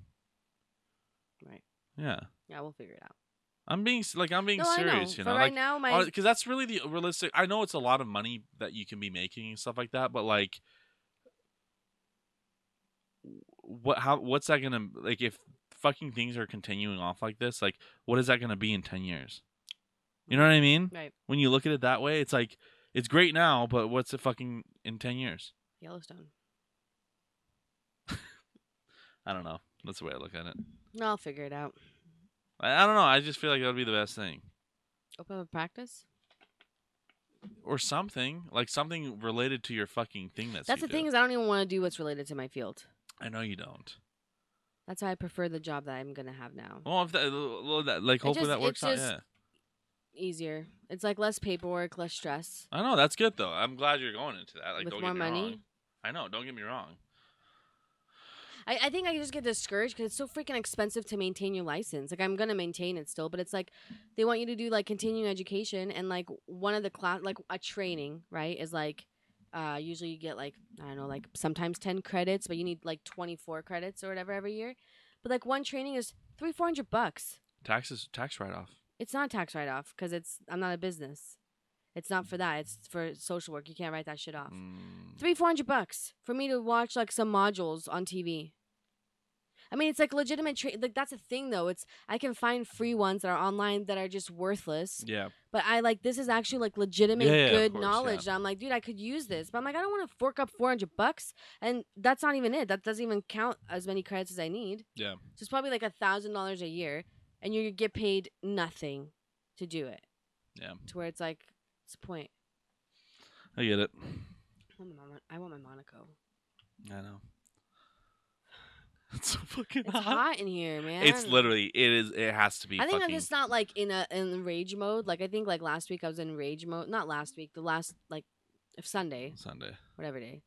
Right.
Yeah,
Yeah, we'll figure it out.
I'm being s- like I'm being
no,
serious.
I know.
You
For
know,
right
like
now, my
because that's really the realistic. I know it's a lot of money that you can be making and stuff like that, but like, what? How? What's that gonna like if fucking things are continuing off like this? Like, what is that gonna be in ten years? You know
Mm-hmm.
what I mean?
right
When you look at it that way, it's like it's great now, but what's it fucking in ten years?
Yellowstone.
I don't know. That's the way I look at it.
I'll figure it out.
I, I don't know. I just feel like that would be the best thing.
Open up a practice.
Or something. Like something related to your fucking thing that's
That's the thing is, I don't even want to do what's related to my field.
I know you don't.
That's why I prefer the job that I'm gonna have now.
Well, if that, well, that like hopefully
just-
that
it
works out.
just-
Yeah.
Easier. It's like less paperwork, less stress.
I know that's good though. I'm glad you're going into that. Like
With
don't
more
get me
money?
wrong. I know. Don't get me wrong.
I, I think I just get discouraged because it's so freaking expensive to maintain your license. Like I'm gonna maintain it still, but it's like they want you to do like continuing education and like one of the class like a training right is like uh, usually you get like I don't know like sometimes ten credits, but you need like twenty four credits or whatever every year. But like one training is three four hundred bucks.
Taxes, tax write off.
It's not a tax write off because it's I'm not a business. It's not for that. It's for social work. You can't write that shit off.
Mm,
three four hundred bucks for me to watch like some modules on TV. I mean, it's like legitimate. Tra- like that's a thing, though. It's I can find free ones that are online that are just worthless.
yeah.
But I like this is actually like legitimate
Yeah, yeah, of
good
course,
knowledge.
yeah.
that I'm like, dude, I could use this, but I'm like, I don't want to fork up four hundred bucks, and that's not even it. That doesn't even count as many credits as I need.
Yeah.
So it's probably like a thousand dollars a year, and you get paid nothing to do it.
Yeah.
To where it's like, it's a point.
I get it.
I want my Mon- I want my Monaco.
I know. It's so fucking
It's
hot.
hot in here, man.
It's literally. It is. It has to be.
I think
fucking,
I'm just not like in a in rage mode. Like I think like last week I was in rage mode. Not last week. The last like if Sunday,
Sunday,
whatever day,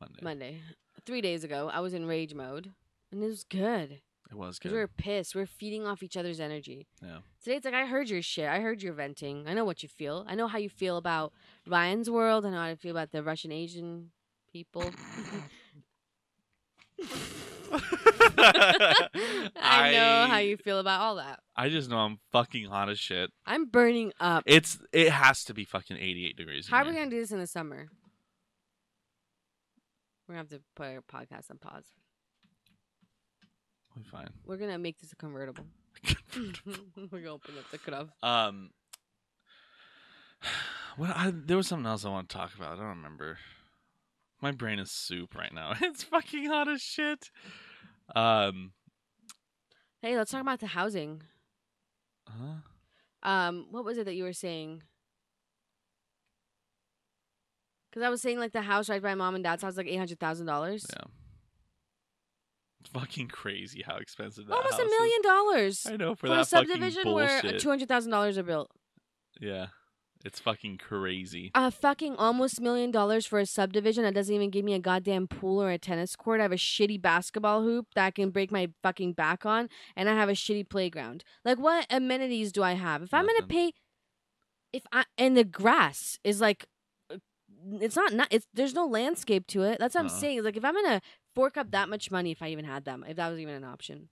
Monday.
Monday, three days ago, I was in rage mode, and it was good
It was good.
because we were pissed. We were feeding off each other's energy.
Yeah.
Today it's like I heard your shit. I heard your venting. I know what you feel. I know how you feel about Ryan's world. I know how you feel about the Russian Asian people. I, know how you feel about all that.
I just know I'm fucking hot as shit.
I'm burning up.
It's. It has to be fucking 88 degrees. in
How are we
here.
gonna do this in the summer? We're gonna have to put our podcast on pause.
We're fine.
We're gonna Hmm. make this a convertible. We're gonna open up the club.
Um, what I, there was something else I want to talk about. I don't remember. My brain is soup right now. It's fucking hot as shit. Um,
Hey, let's talk about the housing.
huh?
Um, what was it that you were saying? Because I was saying like the house right by mom and dad's house, like eight hundred thousand dollars,
yeah. It's fucking crazy how expensive that
almost a
house is.
million dollars
I know for,
for
that
a subdivision
fucking
where
bullshit.
two hundred thousand dollars are built.
yeah, it's fucking crazy.
a fucking almost million dollars for a subdivision that doesn't even give me a goddamn pool or a tennis court. I have a shitty basketball hoop that I can break my fucking back on, and I have a shitty playground. Like, what amenities do I have? If I'm gonna
Nothing.
pay, if I and the grass is like, it's not not. It's there's no landscape to it. That's what I'm
Uh-uh.
saying. Like, if I'm gonna fork up that much money, if I even had them, if that was even an option.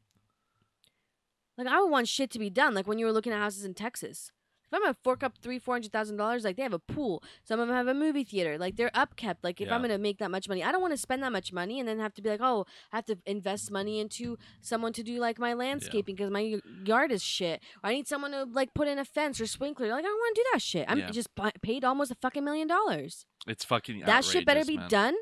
Like I would want shit to be done. Like when you were looking at houses in Texas. If I'm gonna fork up three, four hundred thousand dollars, like they have a pool. Some of them have a movie theater. Like they're upkept. Like if I'm
Yeah.
gonna make that much money, I don't want to spend that much money and then have to be like, oh, I have to invest money into someone to do like my landscaping because my y- yard is shit. Or I need someone to like put in a fence or sprinkler. Like I don't want to do that shit. I'm
Yeah.
just bu- paid almost a fucking million dollars.
It's fucking
That shit better
outrageous,
be
man.
done.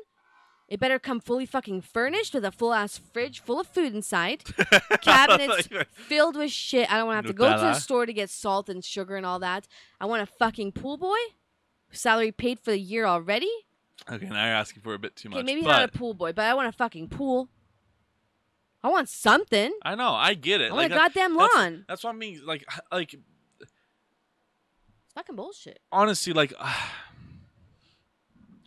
It better come fully fucking furnished with a full ass fridge full of food inside cabinets
Like,
filled with shit. I don't want to have to go to the
Nutella.
store to get salt and sugar and all that. I want a fucking pool boy. Salary paid for the year already.
okay, now you're asking for a bit too much.
Okay, maybe
but
not a pool boy, but I want a fucking pool. I want something.
I know, I get it.
I
like
want a
that-
goddamn
that's-
lawn.
That's what I mean. Like, like
It's fucking bullshit.
honestly, like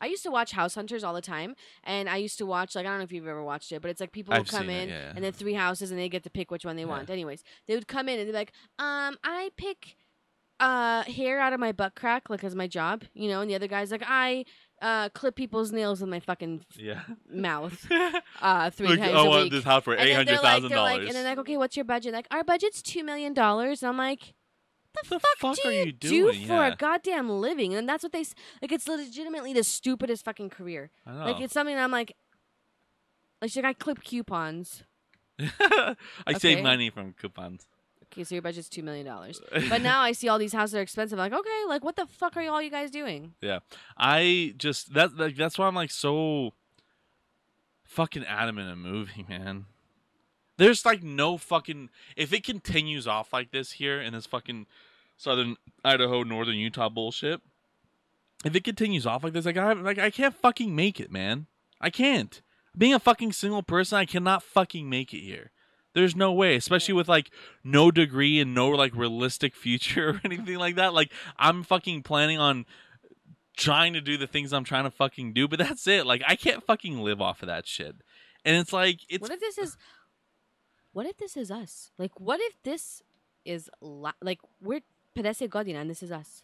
I used to watch House Hunters all the time, and I used to watch like I don't know if you've ever watched it, but it's like people
I've
will come
seen it,
in
yeah.
and then three houses, and they get to pick which one they
Yeah.
want. Anyways, they would come in and they're like, "Um, I pick uh hair out of my butt crack, like as my job, you know." And the other guy's like, "I uh clip people's nails with my fucking
yeah.
mouth
Like,
uh three times
I
a
want
week."
this house for
and
eight
then
hundred
they're like,
thousand
they're like,
dollars.
and then like, okay, what's your budget? Like, our budget's two million dollars. And I'm like,
the
fuck, do you, do for a goddamn living? And that's what they s- like. It's legitimately the stupidest fucking career.
I know.
Like it's something that I'm like, like she's like I clip coupons.
I save
okay.
money from coupons.
Okay, so your budget's two million dollars. But now I see all these houses are expensive. I'm like, okay, like what the fuck are you all you guys doing?
I just that like that's why I'm like so fucking adamant in moving, man. There's like no fucking. If it continues off like this here in this fucking southern Idaho, northern Utah bullshit, if it continues off like this, like I like I can't fucking make it, man. I can't. Being a fucking single person, I cannot fucking make it here. There's no way, especially with like no degree and no like realistic future or anything like that. Like I'm fucking planning on trying to do the things I'm trying to fucking do, but that's it. Like I can't fucking live off of that shit. And it's like it's
what if this is? What if this is us? Like, what if this is li- like we're Pedese Godina and this is us?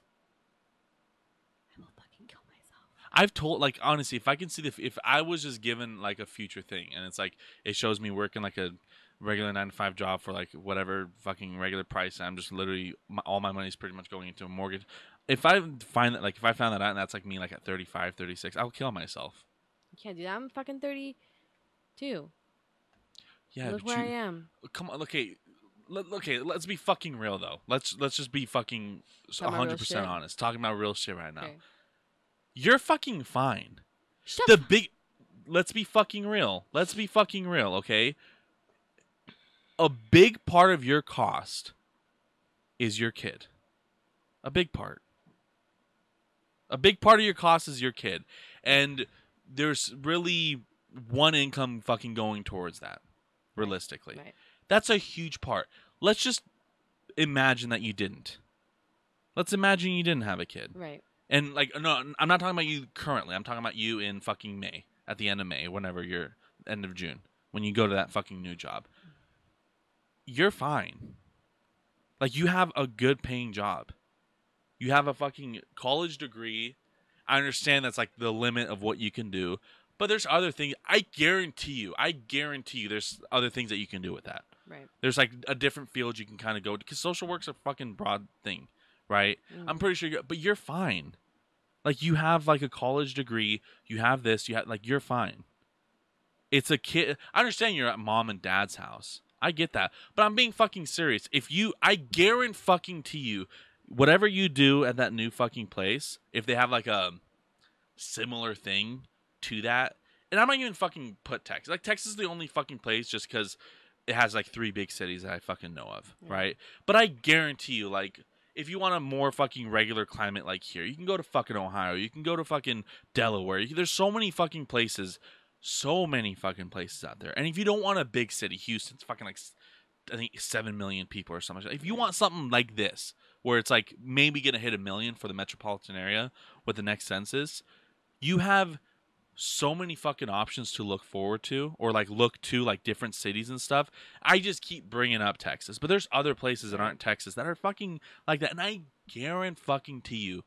I will fucking kill myself.
I've told like honestly, if I can see the if I was just given like a future thing, and it's like it shows me working like a regular nine to five job for like whatever fucking regular price, and I'm just literally my, all my money's pretty much going into a mortgage. If I find that like if I found that out, and that's like me like at 35, 36, I'll kill myself.
You can't do that. I'm fucking thirty-two.
Yeah,
Look
but
where
you,
I am.
come on okay let, okay let's be fucking real though let's let's just be fucking s-
Talking about real
100%
shit?
honest talking about real shit right now
Okay.
you're fucking fine
Shut
the
up.
big let's be fucking real let's be fucking real okay a big part of your cost is your kid a big part a big part of your cost is your kid and there's really one income fucking going towards that realistically
Right.
that's a huge part. Let's just imagine that you didn't. Let's imagine you didn't have a kid.
Right.
And like no, I'm not talking about you currently. I'm talking about you in fucking May, at the end of May, whenever you're end of June, when you go to that fucking new job. You're fine. Like you have a good paying job. You have a fucking college degree. I understand that's like the limit of what you can do, but there's other things. I guarantee you. I guarantee you there's other things that you can do with that
Right.
there's like a different field you can kind of go because social work's a fucking broad thing right
Mm.
i'm pretty sure you're, but you're fine like you have like a college degree you have this you have like you're fine it's a kid i understand you're at mom and dad's house i get that but i'm being fucking serious if you i guarantee fucking to you whatever you do at that new fucking place if they have like a similar thing to that and i'm not even fucking put texas like texas is the only fucking place just because it has like three big cities that I fucking know of,
Yeah.
right? But I guarantee you, like, if you want a more fucking regular climate like here, you can go to fucking Ohio, you can go to fucking Delaware. You, there's so many fucking places, so many fucking places out there. And if you don't want a big city, Houston's fucking like, s- I think seven million people or something. If you want something like this, where it's like maybe gonna hit a million for the metropolitan area with the next census, you have so many fucking options to look forward to or like look to like different cities and stuff i just keep bringing up texas but there's other places that aren't texas that are fucking like that and i guarantee fucking to you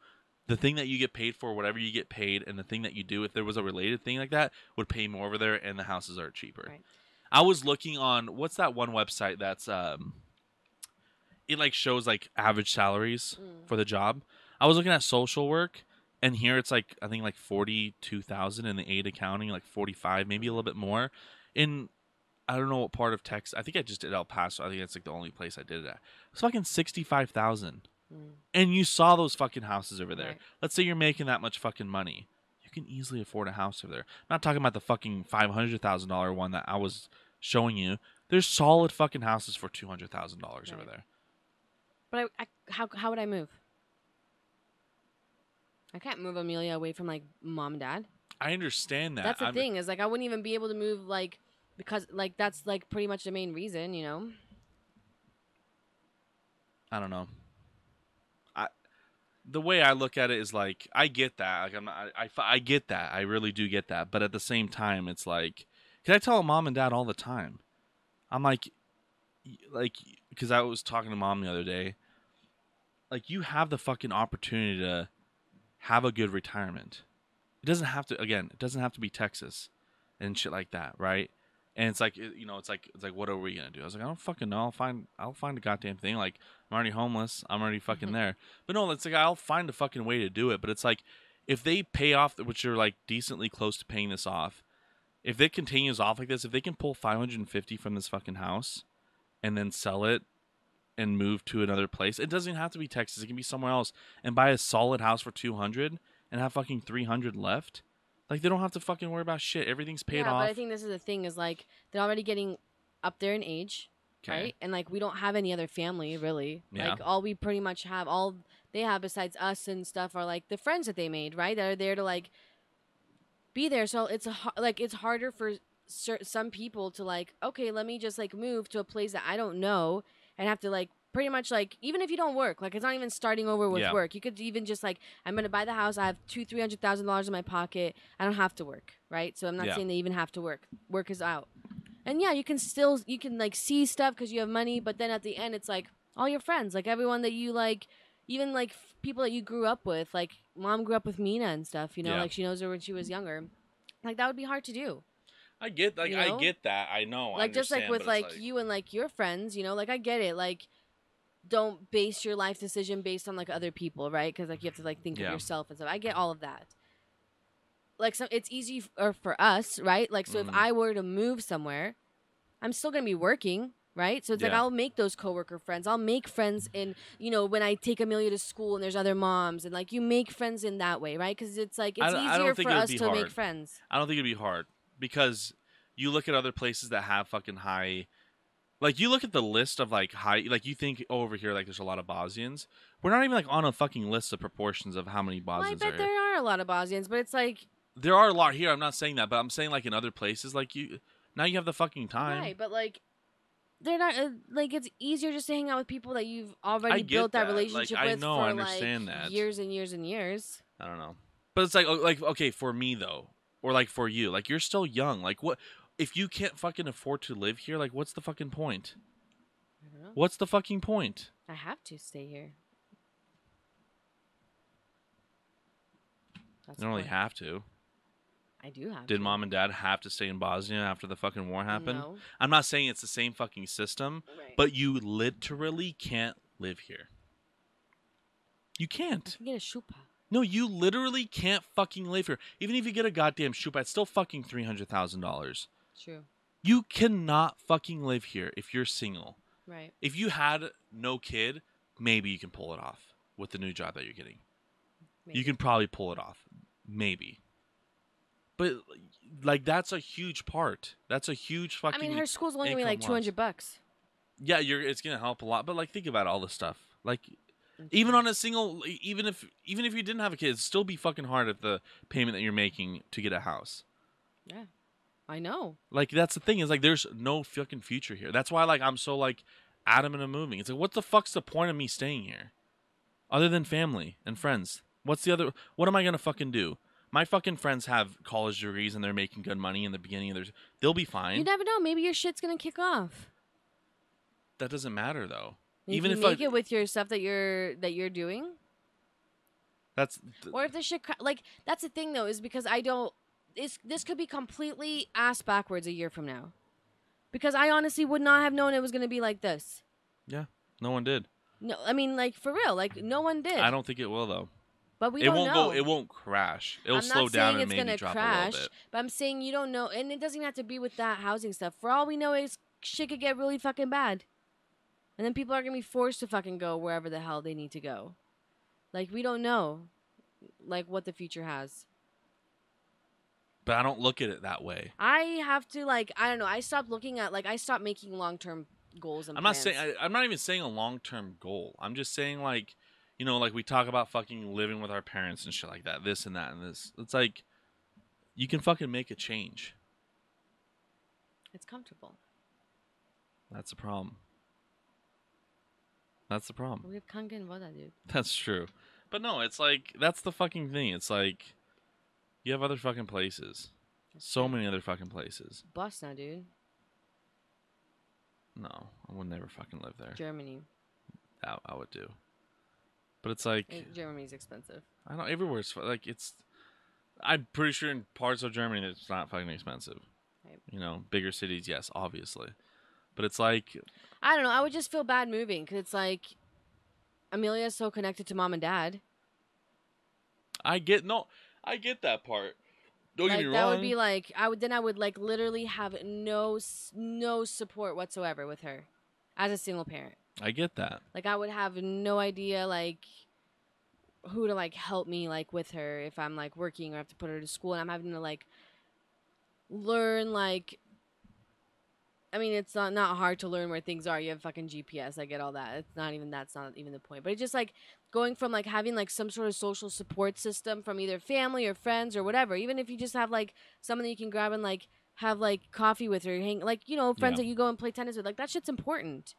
the thing that you get paid for whatever you get paid and the thing that you do if there was a related thing like that would pay more over there and the houses are cheaper
Right.
i was looking on what's that one website that's um it like shows like average salaries
Mm.
for the job. I was looking at social work, and here it's like I think like forty two thousand in the aid accounting, like forty five, maybe a little bit more. In I don't know what part of Texas. I think I just did El Paso. I think that's like the only place I did it at. It's fucking sixty five thousand,
Mm.
and you saw those fucking houses over there.
Right.
Let's say you're making that much fucking money, you can easily afford a house over there. I'm not talking about the fucking five hundred thousand dollar one that I was showing you. There's solid fucking houses for two hundred thousand dollars over
Right.
there.
But I, I, how how would I move? I can't move Amelia away from like mom and dad.
I understand that.
that's the
I'm-
thing is like I wouldn't even be able to move like because like that's like pretty much the main reason, you know.
I don't know. I the way I look at it is like I get that. Like I'm not, I, I f- I get that. I really do get that. But at the same time, it's like, can I tell mom and dad all the time? I'm like, y- like because I was talking to mom the other day. Like you have the fucking opportunity to have a good retirement. It doesn't have to. Again, it doesn't have to be Texas and shit like that, right? And it's like it- you know, it's like it's like what are we gonna do? I was like, I don't fucking know. I'll find I'll find a goddamn thing. Like I'm already homeless. I'm already fucking there. But no, it's like I'll find a fucking way to do it. But it's like if they pay off, which you're like decently close to paying this off, if it continues off like this, if they can pull 550 from this fucking house and then sell it and move to another place, it doesn't have to be Texas. It can be somewhere else and buy a solid house for 200 and have fucking 300 left. Like they don't have to fucking worry about shit. Everything's paid
yeah,
off.
but I think this is the thing is like they're already getting up there in age, right? And like we don't have any other family really.
Yeah.
Like all we pretty much have, all they have besides us and stuff are like the friends that they made, right? That are there to like be there. So it's a, har- like it's harder for cer- some people to like, okay, let me just like move to a place that I don't know and have to like pretty much like even if you don't work, like it's not even starting over with
Yeah.
work. You could even just like I'm gonna buy the house. I have two three hundred thousand dollars in my pocket. I don't have to work, right? So I'm not
Yeah.
saying they even have to work. Work is out. And yeah, you can still you can like see stuff because you have money, but then at the end it's like all your friends, like everyone that you like, even like f- people that you grew up with. Like mom grew up with Mina and stuff, you know,
Yeah.
like she knows her when she was younger. Like that would be hard to do.
I get like
You
I
know?
get that. I know. I
like just like
understand,
with
but it's
like, you and like your friends, you know, like I get it. Like don't base your life decision based on like other people, right? Because like you have to like think
Yeah.
of yourself and stuff. I get all of that. Like so, it's easy f- or for us, right? Like so,
Mhm.
if I were to move somewhere, I'm still gonna be working, right? So it's like
Yeah.
I'll make those coworker friends. I'll make friends in you know when I take Amelia to school and there's other moms and like you make friends in that way, right? Because it's like
I
it's
don't- I don't
easier
think
for
it would
us
be
to make
hard.
friends.
I don't think it'd be hard because you look at other places that have fucking high. Like you look at the list of like high, like you think oh, over here like there's a lot of Bosnians. We're not even like on a fucking list of proportions of how many
Well, I
Bosnians are
bet
here.
there are a lot of Bosnians, but it's like
There are a lot here. I'm not saying that, but I'm saying like in other places, like you now you have the fucking time.
Right, but like they're not uh, like it's easier just to hang out with people that you've already
get
built that,
that. Like,
relationship
I
with
know,
for
I understand
like
that.
years and years and years.
I don't know. But it's like oh, like okay for me though, or like for you, like you're still young. Like what if you can't fucking afford to live here? Like what's the fucking point?
I don't know.
What's the fucking point?
I have to stay here. That's
You don't really
fine.
have to.
I do have.
Did
to.
mom and dad have to stay in Bosnia after the fucking war happened?
No.
I'm not saying it's the same fucking system,
Right.
but you literally can't live here. You
I
can't.
can get a shupa.
No, you literally can't fucking live here. Even if you get a goddamn shupa, it's still fucking three hundred thousand dollars.
True.
You cannot fucking live here if you're single.
Right.
If you had no kid, maybe you can pull it off with the new job that you're getting.
Maybe.
You can probably pull it off, maybe. But like that's a huge part. That's a huge
I
fucking.
mean, her school's only gonna be
income
like two hundred bucks.
yeah, you're. It's gonna help a lot. But like, think about all the stuff. Like, even on a single, even if even if you didn't have a kid, it'd still be fucking hard at the payment that you're making to get a house.
I know.
Like that's the thing is like there's no fucking future here. That's why like I'm so like adamant of moving. It's like what the fuck's the point of me staying here, other than family and friends? What's the other? What am I gonna fucking do? My fucking friends have college degrees and they're making good money in the beginning of their. They'll be fine.
You never know. Maybe your shit's gonna kick off.
that doesn't matter though.
If
Even
you
if,
make
like-
it with your stuff that you're that you're doing,
That's th-
or if this shit cra- like that's the thing though is because i don't this this could be completely ass backwards a year from now because i honestly would not have known it was going to be like this
no one did.
no i mean like for real like no one did
I don't think it will though.
but we
it
don't
won't
know
go. It won't crash. It'll
I'm not
slow down
saying
and
it's
maybe
gonna
drop a
crash,
little bit.
but i'm saying you don't know and it doesn't even have to be with that housing stuff for all we know is shit could get really fucking bad and then people are going to be forced to fucking go wherever the hell they need to go like we don't know like what the future has
But I don't look at it that way.
I have to like I don't know. I stopped looking at like I stopped making long term goals and
I'm not
plans.
saying. I, I'm not even saying a long term goal. I'm just saying like, you know, like we talk about fucking living with our parents and shit like that. This and that and this. It's like, you can fucking make a change.
it's comfortable.
That's the problem. That's the problem.
We have Kanga and Voda, dude.
That's true. But no, it's like that's the fucking thing. It's like, you have other fucking places. So many other fucking places.
Bosnia, dude.
No, I would never fucking live there.
Germany.
That I would do. But it's like.
Eh, Germany's expensive.
I don't. Everywhere's fu- like it's. I'm pretty sure in parts of Germany it's not fucking expensive.
Right.
You know, bigger cities, yes, obviously, but it's like
I don't know. I would just feel bad moving because it's like Amelia's so connected to mom and dad.
I get no, I get that part. Don't
like
get me
that
wrong.
would be like I would then I would like literally have no s- no support whatsoever with her as a single parent.
I get that.
Like I would have no idea like who to like help me like with her if I'm like working or have to put her to school and I'm having to like learn like I mean, it's not, not hard to learn where things are. You have fucking GPS. I get all that. It's not even that's not even the point. But it's just like going from like having like some sort of social support system from either family or friends or whatever. Even if you just have like someone that you can grab and like have like coffee with or hang like you know friends
Yeah.
that you go and play tennis with. Like that shit's important.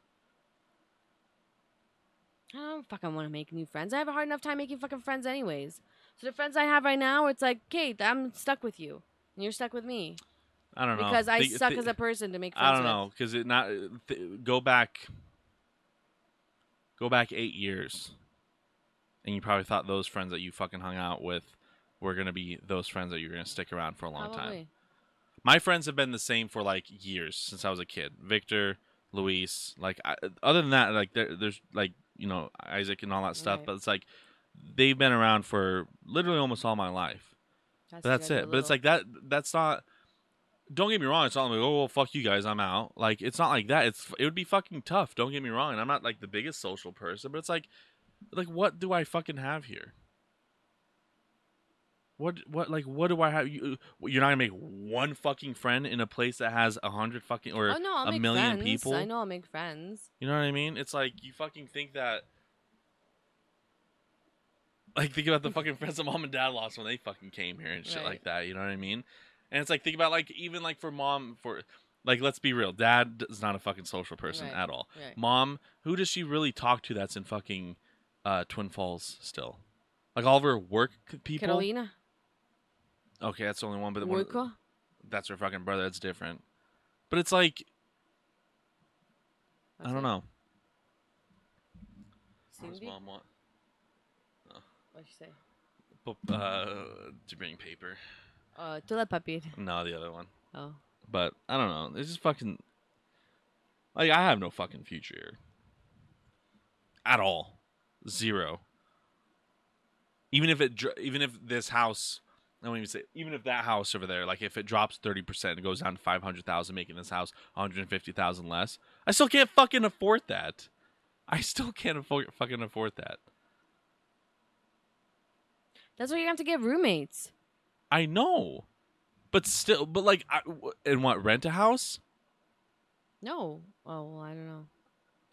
I don't fucking want to make new friends. I have a hard enough time making fucking friends anyways. So the friends I have right now, it's like, Kate, I'm stuck with you, and you're stuck with me
I don't know
because I
Think-
suck
thi-
as a person to make friends.
I don't
with.
know because it not th- go back, go back eight years, and you probably thought those friends that you fucking hung out with were gonna be those friends that you're gonna stick around for a long time.
Probably.
My friends have been the same for like years since I was a kid. Victor, Luis, like I, other than that, like there, there's like you know Isaac and all that stuff,
Right.
but it's like they've been around for literally almost all my life. But that's
you
it.
guys are
But it's
little.
like that. That's not. Don't get me wrong. It's not like oh well, fuck you guys, I'm out. Like it's not like that. It's it would be fucking tough. Don't get me wrong. And I'm not like the biggest social person, but it's like, like what do I fucking have here? What what like what do I have? You you're not gonna make one fucking friend in a place that has a hundred fucking or
oh no, I'll
a
make
million
friends.
people.
I know I'll make friends.
You know what I mean? It's like you fucking think that. Like think about the fucking friends that mom and dad lost when they fucking came here and shit
Right.
like that. You know what I mean? And it's like think about like even like for mom for like let's be real, dad is not a fucking social person
Right.
at all.
Right.
Mom, who does she really talk to that's in fucking uh, Twin Falls still? Like all of her work c- people.
Carolina,
Okay, that's the only one, but one,
Wojko,
that's her fucking brother. That's different. But it's like I
That's
don't
it.
know. What does
Cindy?
mom want?
What'd you say?
Bu- Uh, to bring paper.
Uh, toilet papier.
No, the other one.
Oh,
But I don't know. It's just fucking. Like I have no fucking future here. At all, zero. Even if it, dr- even if this house, I don't even say, even if that house over there, like if it drops thirty percent and goes down to five hundred thousand, making this house one hundred fifty thousand less, I still can't fucking afford that. I still can't afford fucking afford that.
that's why you have to get roommates.
I know, but still, but like, I, w- and what rent a house?
No. Oh well, I don't know.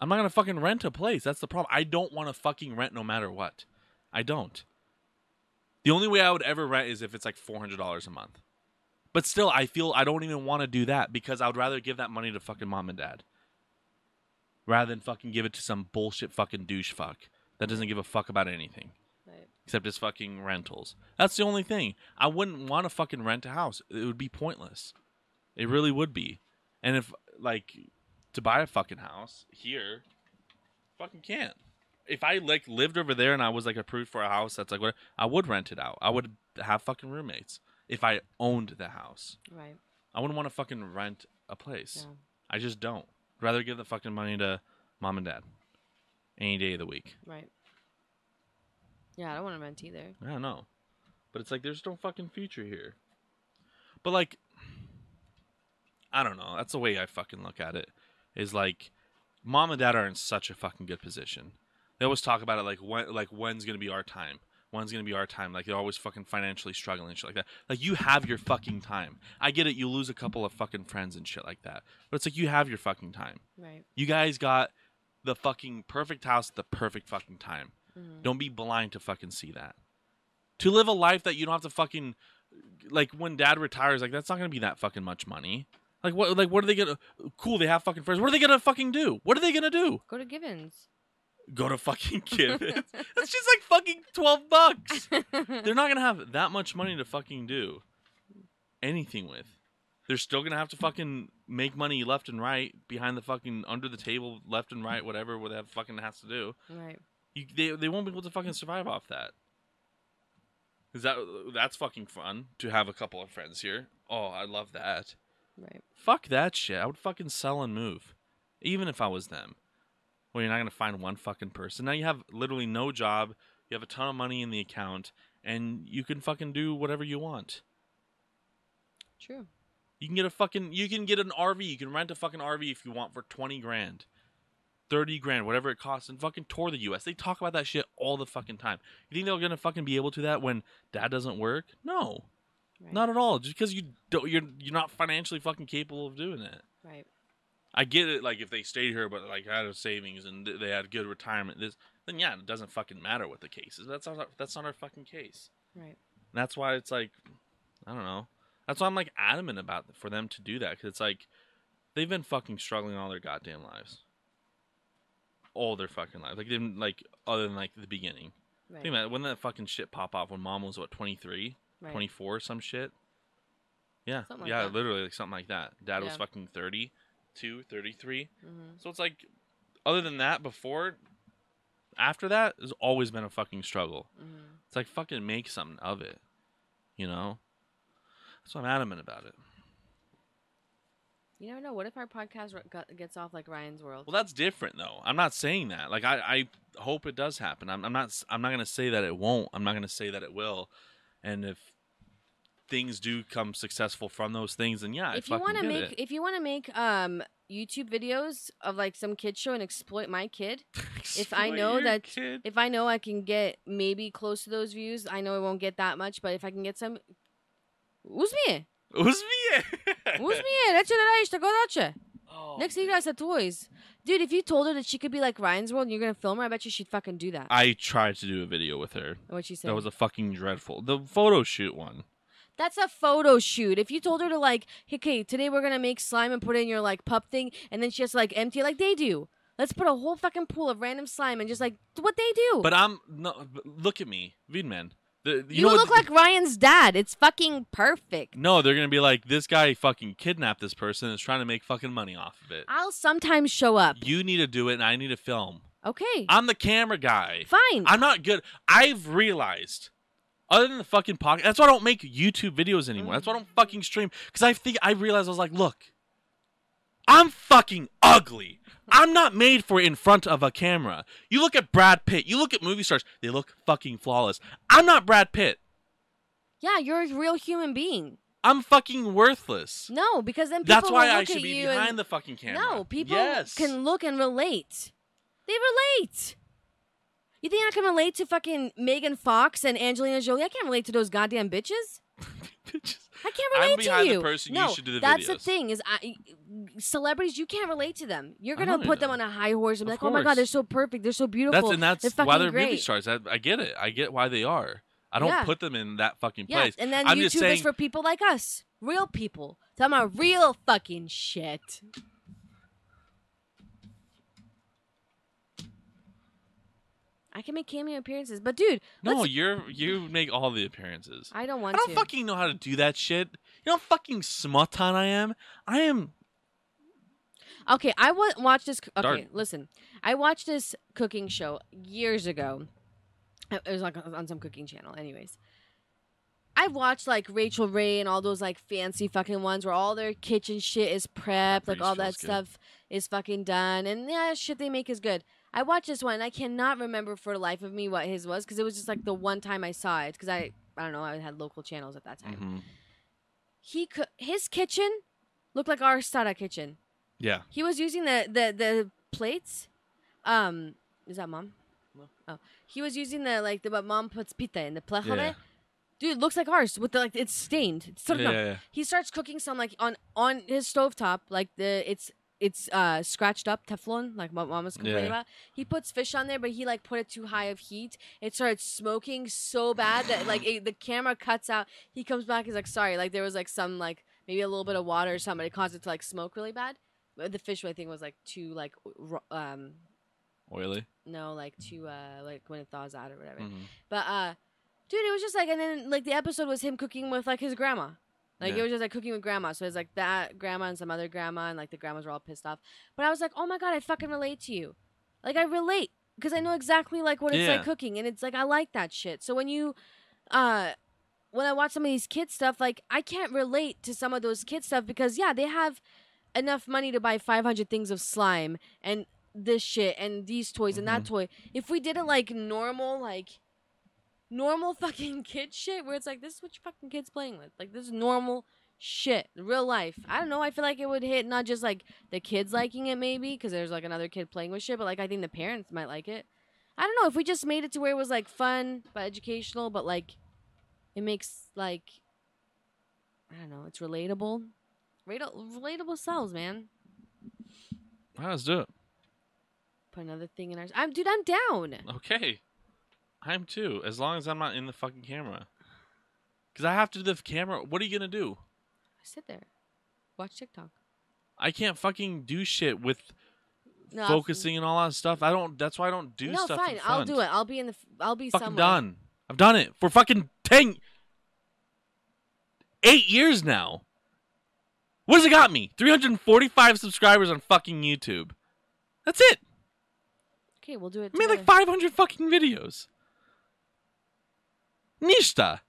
I'm not gonna fucking rent a place. That's the problem. I don't want to fucking rent no matter what. I don't. The only way I would ever rent is if it's like four hundred dollars a month. But still, I feel I don't even want to do that because I would rather give that money to fucking mom and dad rather than fucking give it to some bullshit fucking douche fuck that doesn't give a fuck about anything
Right.
except it's fucking rentals. That's the only thing. I wouldn't want to fucking rent a house. It would be pointless. It really would be. And if like to buy a fucking house here, fucking can't. If I like lived over there and I was like approved for a house that's like what I would rent it out. I would have fucking roommates if I owned the house.
Right.
I wouldn't want to fucking rent a place.
No.
I just don't. I'd rather give the fucking money to mom and dad any day of the week.
Right. Yeah, I don't want to rent either.
I don't know. But it's like there's no fucking future here. But like I don't know. That's the way I fucking look at it. Is like mom and dad are in such a fucking good position. They always talk about it like when like when's gonna be our time? When's gonna be our time? Like they're always fucking financially struggling and shit like that. Like you have your fucking time. I get it, you lose a couple of fucking friends and shit like that. But it's like you have your fucking time.
Right.
You guys got the fucking perfect house at the perfect fucking time.
Mhm.
Don't be blind to fucking see that. To live a life that you don't have to fucking like when dad retires, like that's not gonna be that fucking much money. Like what like what are they gonna cool, they have fucking friends. What are they gonna fucking do? What are they gonna do?
Go to Givens.
Go to fucking Gibbons. that's just like fucking twelve bucks.
right.
They're not gonna have that much money to fucking do anything with. They're still gonna have to fucking make money left and right behind the fucking under the table left and right, whatever what that fucking has to do you, they they won't be able to fucking survive off that. Is that that's fucking fun to have a couple of friends here? Oh, I love that.
Right.
Fuck that shit. I would fucking sell and move, even if I was them. Well, you're not gonna find one fucking person. Now you have literally no job. You have a ton of money in the account, and you can fucking do whatever you want.
True.
You can get a fucking you can get an RV. You can rent a fucking RV if you want for 20 grand. 30 grand, whatever it costs, and fucking tour the US. They talk about that shit all the fucking time. You think they're gonna fucking be able to do that when dad doesn't work? No.
Right.
Not at all. Just because you don't you're you're not financially fucking capable of doing it.
Right.
I get it. Like if they stayed here, but like out of savings and th- they had good retirement, this then yeah, it doesn't fucking matter what the case is. That's not our, that's not our fucking case.
Right.
And that's why it's like, I don't know. That's why I'm like adamant about for them to do that because it's like they've been fucking struggling all their goddamn lives, all their fucking life. Like they didn't like other than like the beginning.
Right.
Think about it, when that fucking shit pop off when mom was what 23.
right.
24 some shit yeah
Something like
yeah
that.
literally like something like that dad was
Yeah.
fucking 32 33
Mhm.
so it's like other than that before after that has always been a fucking struggle
Mhm.
it's like fucking make something of it you know that's why i'm adamant about it
You never know. What if our podcast ro- got- gets off like Ryan's world?
well that's different though i'm not saying that like i, I hope it does happen I'm, I'm not s- i'm not gonna say that it won't i'm not gonna say that it will and if things do come successful from those things then yeah I
if you
want to
make if you want to make um YouTube videos of like some kid show and exploit my kid, If I
Exploit
know
your
that-
kid.
if I know I can get maybe close to those views, I know I won't get that much, but if I can get some, uzmije,
Uzmije.
uzmije, reče da radiš šta god hoće.
Oh,
Next thing you guys have toys, dude. If you told her that she could be like Ryan's world and you're gonna film her, I bet you she'd fucking do that.
I tried to do a video with her.
And what she said.
That was a fucking dreadful. The photo shoot one.
That's a photo shoot. If you told her to like, "Hey, okay, today we're gonna make slime and put it in your like pup thing, and then she has to like empty it like they do. Let's put a whole fucking pool of random slime and just like do what they do.
But I'm no. but Look at me, Vidman. The, you
you
know what
look
the-
like Ryan's dad. It's fucking perfect.
No, they're gonna be like this guy fucking kidnapped this person and is trying to make fucking money off of it.
I'll sometimes show up.
You need to do it, and I need to film.
Okay,
I'm the camera guy.
fine.
I'm not good. I've realized, other than the fucking podcast, that's why I don't make YouTube videos anymore. That's why I don't fucking stream. Because I think I realized I was like, look, I'm fucking ugly. I'm not made for in front of a camera. You look at Brad Pitt. You look at movie stars. They look fucking flawless. I'm not Brad Pitt.
yeah, you're a real human being.
I'm fucking worthless.
No, because then people
That's why
will
I
look
should
at
be
you
behind
and
the fucking camera.
no, people
yes.
can look and relate. They relate. You think I can relate to fucking Megan Fox and Angelina Jolie? I can't relate to those goddamn bitches.
Bitches.
I
I'm
can't relate
behind
to
the
you.
person, you
no,
should do the
that's the
videos.
thing is, I, celebrities you can't relate to them. You're
I
gonna
know
put them
that.
on a high horse and be
Of
like, oh my god,
course.
they're so perfect, they're so beautiful.
That's and
they're
that's
fucking
why they're movie
great.
stars. I, I get it. I get why they are. I don't
Yeah.
put them in that fucking
yeah,
place.
and then
I'm
YouTube
just saying,
is for people like us, real people. Talking about real fucking shit. I can make cameo appearances, but dude,
no,
let's-
you're you make all the appearances. I,
I don't want
don't
to.
fucking know how to do that shit. You know how fucking smuton I am. I am.
Okay, I wa- watched this. Okay,
Darn.
listen. I watched this cooking show years ago. It was like on some cooking channel, anyways. I watched like Rachel Ray and all those like fancy fucking ones where all their kitchen shit is prepped, like
Breeze
all that
feels good.
stuff is fucking done, and yeah, shit they make is good. I watched this one. and I cannot remember for the life of me what his was because it was just like the one time I saw it because I I don't know I had local channels at that time.
Mhm.
He cou- his kitchen looked like our Sada kitchen.
Yeah.
He was using the the the plates. Um, is that mom?
No.
Oh, he was using the like the what mom puts pita in the plejove.
Yeah.
Dude, it looks like ours with the like it's stained. It's sort
Yeah,
of-
yeah, yeah.
He starts cooking some like on on his stovetop like the it's it's uh scratched up Teflon like what mom was complaining
Yeah.
about. He puts fish on there, but he like put it too high of heat. It started smoking so bad that like it, the camera cuts out. He comes back. He's like, sorry, like there was like some like maybe a little bit of water or something. It caused it to like smoke really bad. But the fish, I think, was like too like ro- um
Oily.
no like too uh like when it thaws out or whatever.
Mhm.
But uh dude, it was just like and then like the episode was him cooking with like his grandma. Like
Yeah.
it was just like cooking with grandma. So it's like that grandma and some other grandma and like the grandmas were all pissed off. But I was like, "Oh my god, I fucking relate to you." Like I relate because I know exactly like what it's
Yeah.
like cooking and it's like I like that shit. So when you uh when I watch some of these kids stuff, like I can't relate to some of those kids stuff because yeah, they have enough money to buy 500 things of slime and this shit and these toys and that toy. If we did it like normal, like normal fucking kid shit, where it's like this is what your fucking kids playing with, like this is normal shit, real life. I don't know. I feel like it would hit not just like the kids liking it maybe because there's like another kid playing with shit, but like I think the parents might like it. I don't know if we just made it to where it was like fun but educational, but like it makes like I don't know, it's relatable. Rel- relatable selves, man.
All right, let's do it.
Put another thing in our. I'm dude. I'm down.
Okay. I'm too, as long as I'm not in the fucking camera. Because I have to do the f- camera. What are you going to do?
Sit there, watch TikTok.
I can't fucking do shit with
No, I'll-
focusing and all that stuff. I don't, that's why I don't do
no,
stuff.
fine.
in
I'll
front.
do it. I'll be in the. f- I'll be
Fucking
somewhere.
done. I've done it for fucking 10, eight years now. What has it got me? 345 subscribers on fucking YouTube. That's it.
Okay, we'll do it.
I made like
together.
500 fucking videos. Nishta.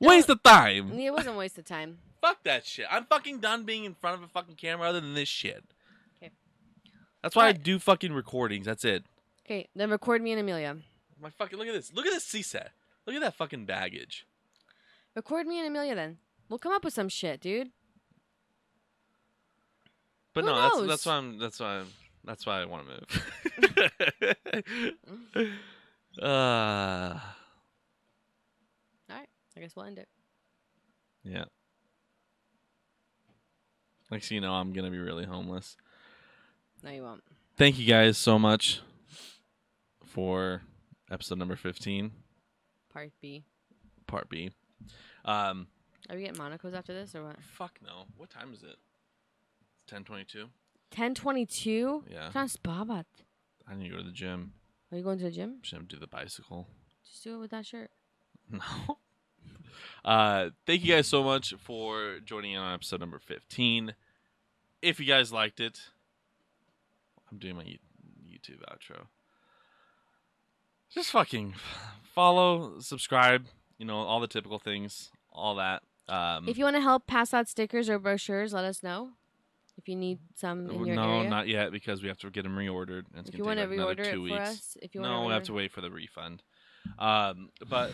No.
Waste of time.
It wasn't a waste of time.
Fuck that shit. I'm fucking done being in front of a fucking camera other than this shit.
'Kay.
That's why I
Alright.
do fucking recordings. That's it.
Okay, then record me and Amelia.
My fucking look at this. Look at this CSAT. Look at that fucking baggage.
Record me and Amelia then. We'll come up with some shit, dude.
But
Who
no, that's
knows?
that's why I'm that's why I'm that's why I want to move. uh
I guess we'll end it.
yeah. Next thing you know, I'm gonna be really homeless.
No, you won't.
thank you guys so much for episode number 15
Part B.
part b um
Are we getting Monaco's after this or what?
fuck no what time is it it's 1022
Ten twenty-two.
yeah
babat.
i need to go to the gym
Are you going to the gym?
should I do the bicycle
Just do it with that shirt.
no uh thank you guys so much for joining in on episode number 15 if you guys liked it i'm doing my Yo- youtube outro just fucking follow subscribe you know all the typical things all that um
If you want to help pass out stickers or brochures, let us know. If you need some in your
Uh, no,
area.
not yet because we have to get them reordered. And it's gonna
if you
take
want to
like another
reorder it
two
for
weeks.
us, if you
no,
want
we have to wait for the refund. Um, but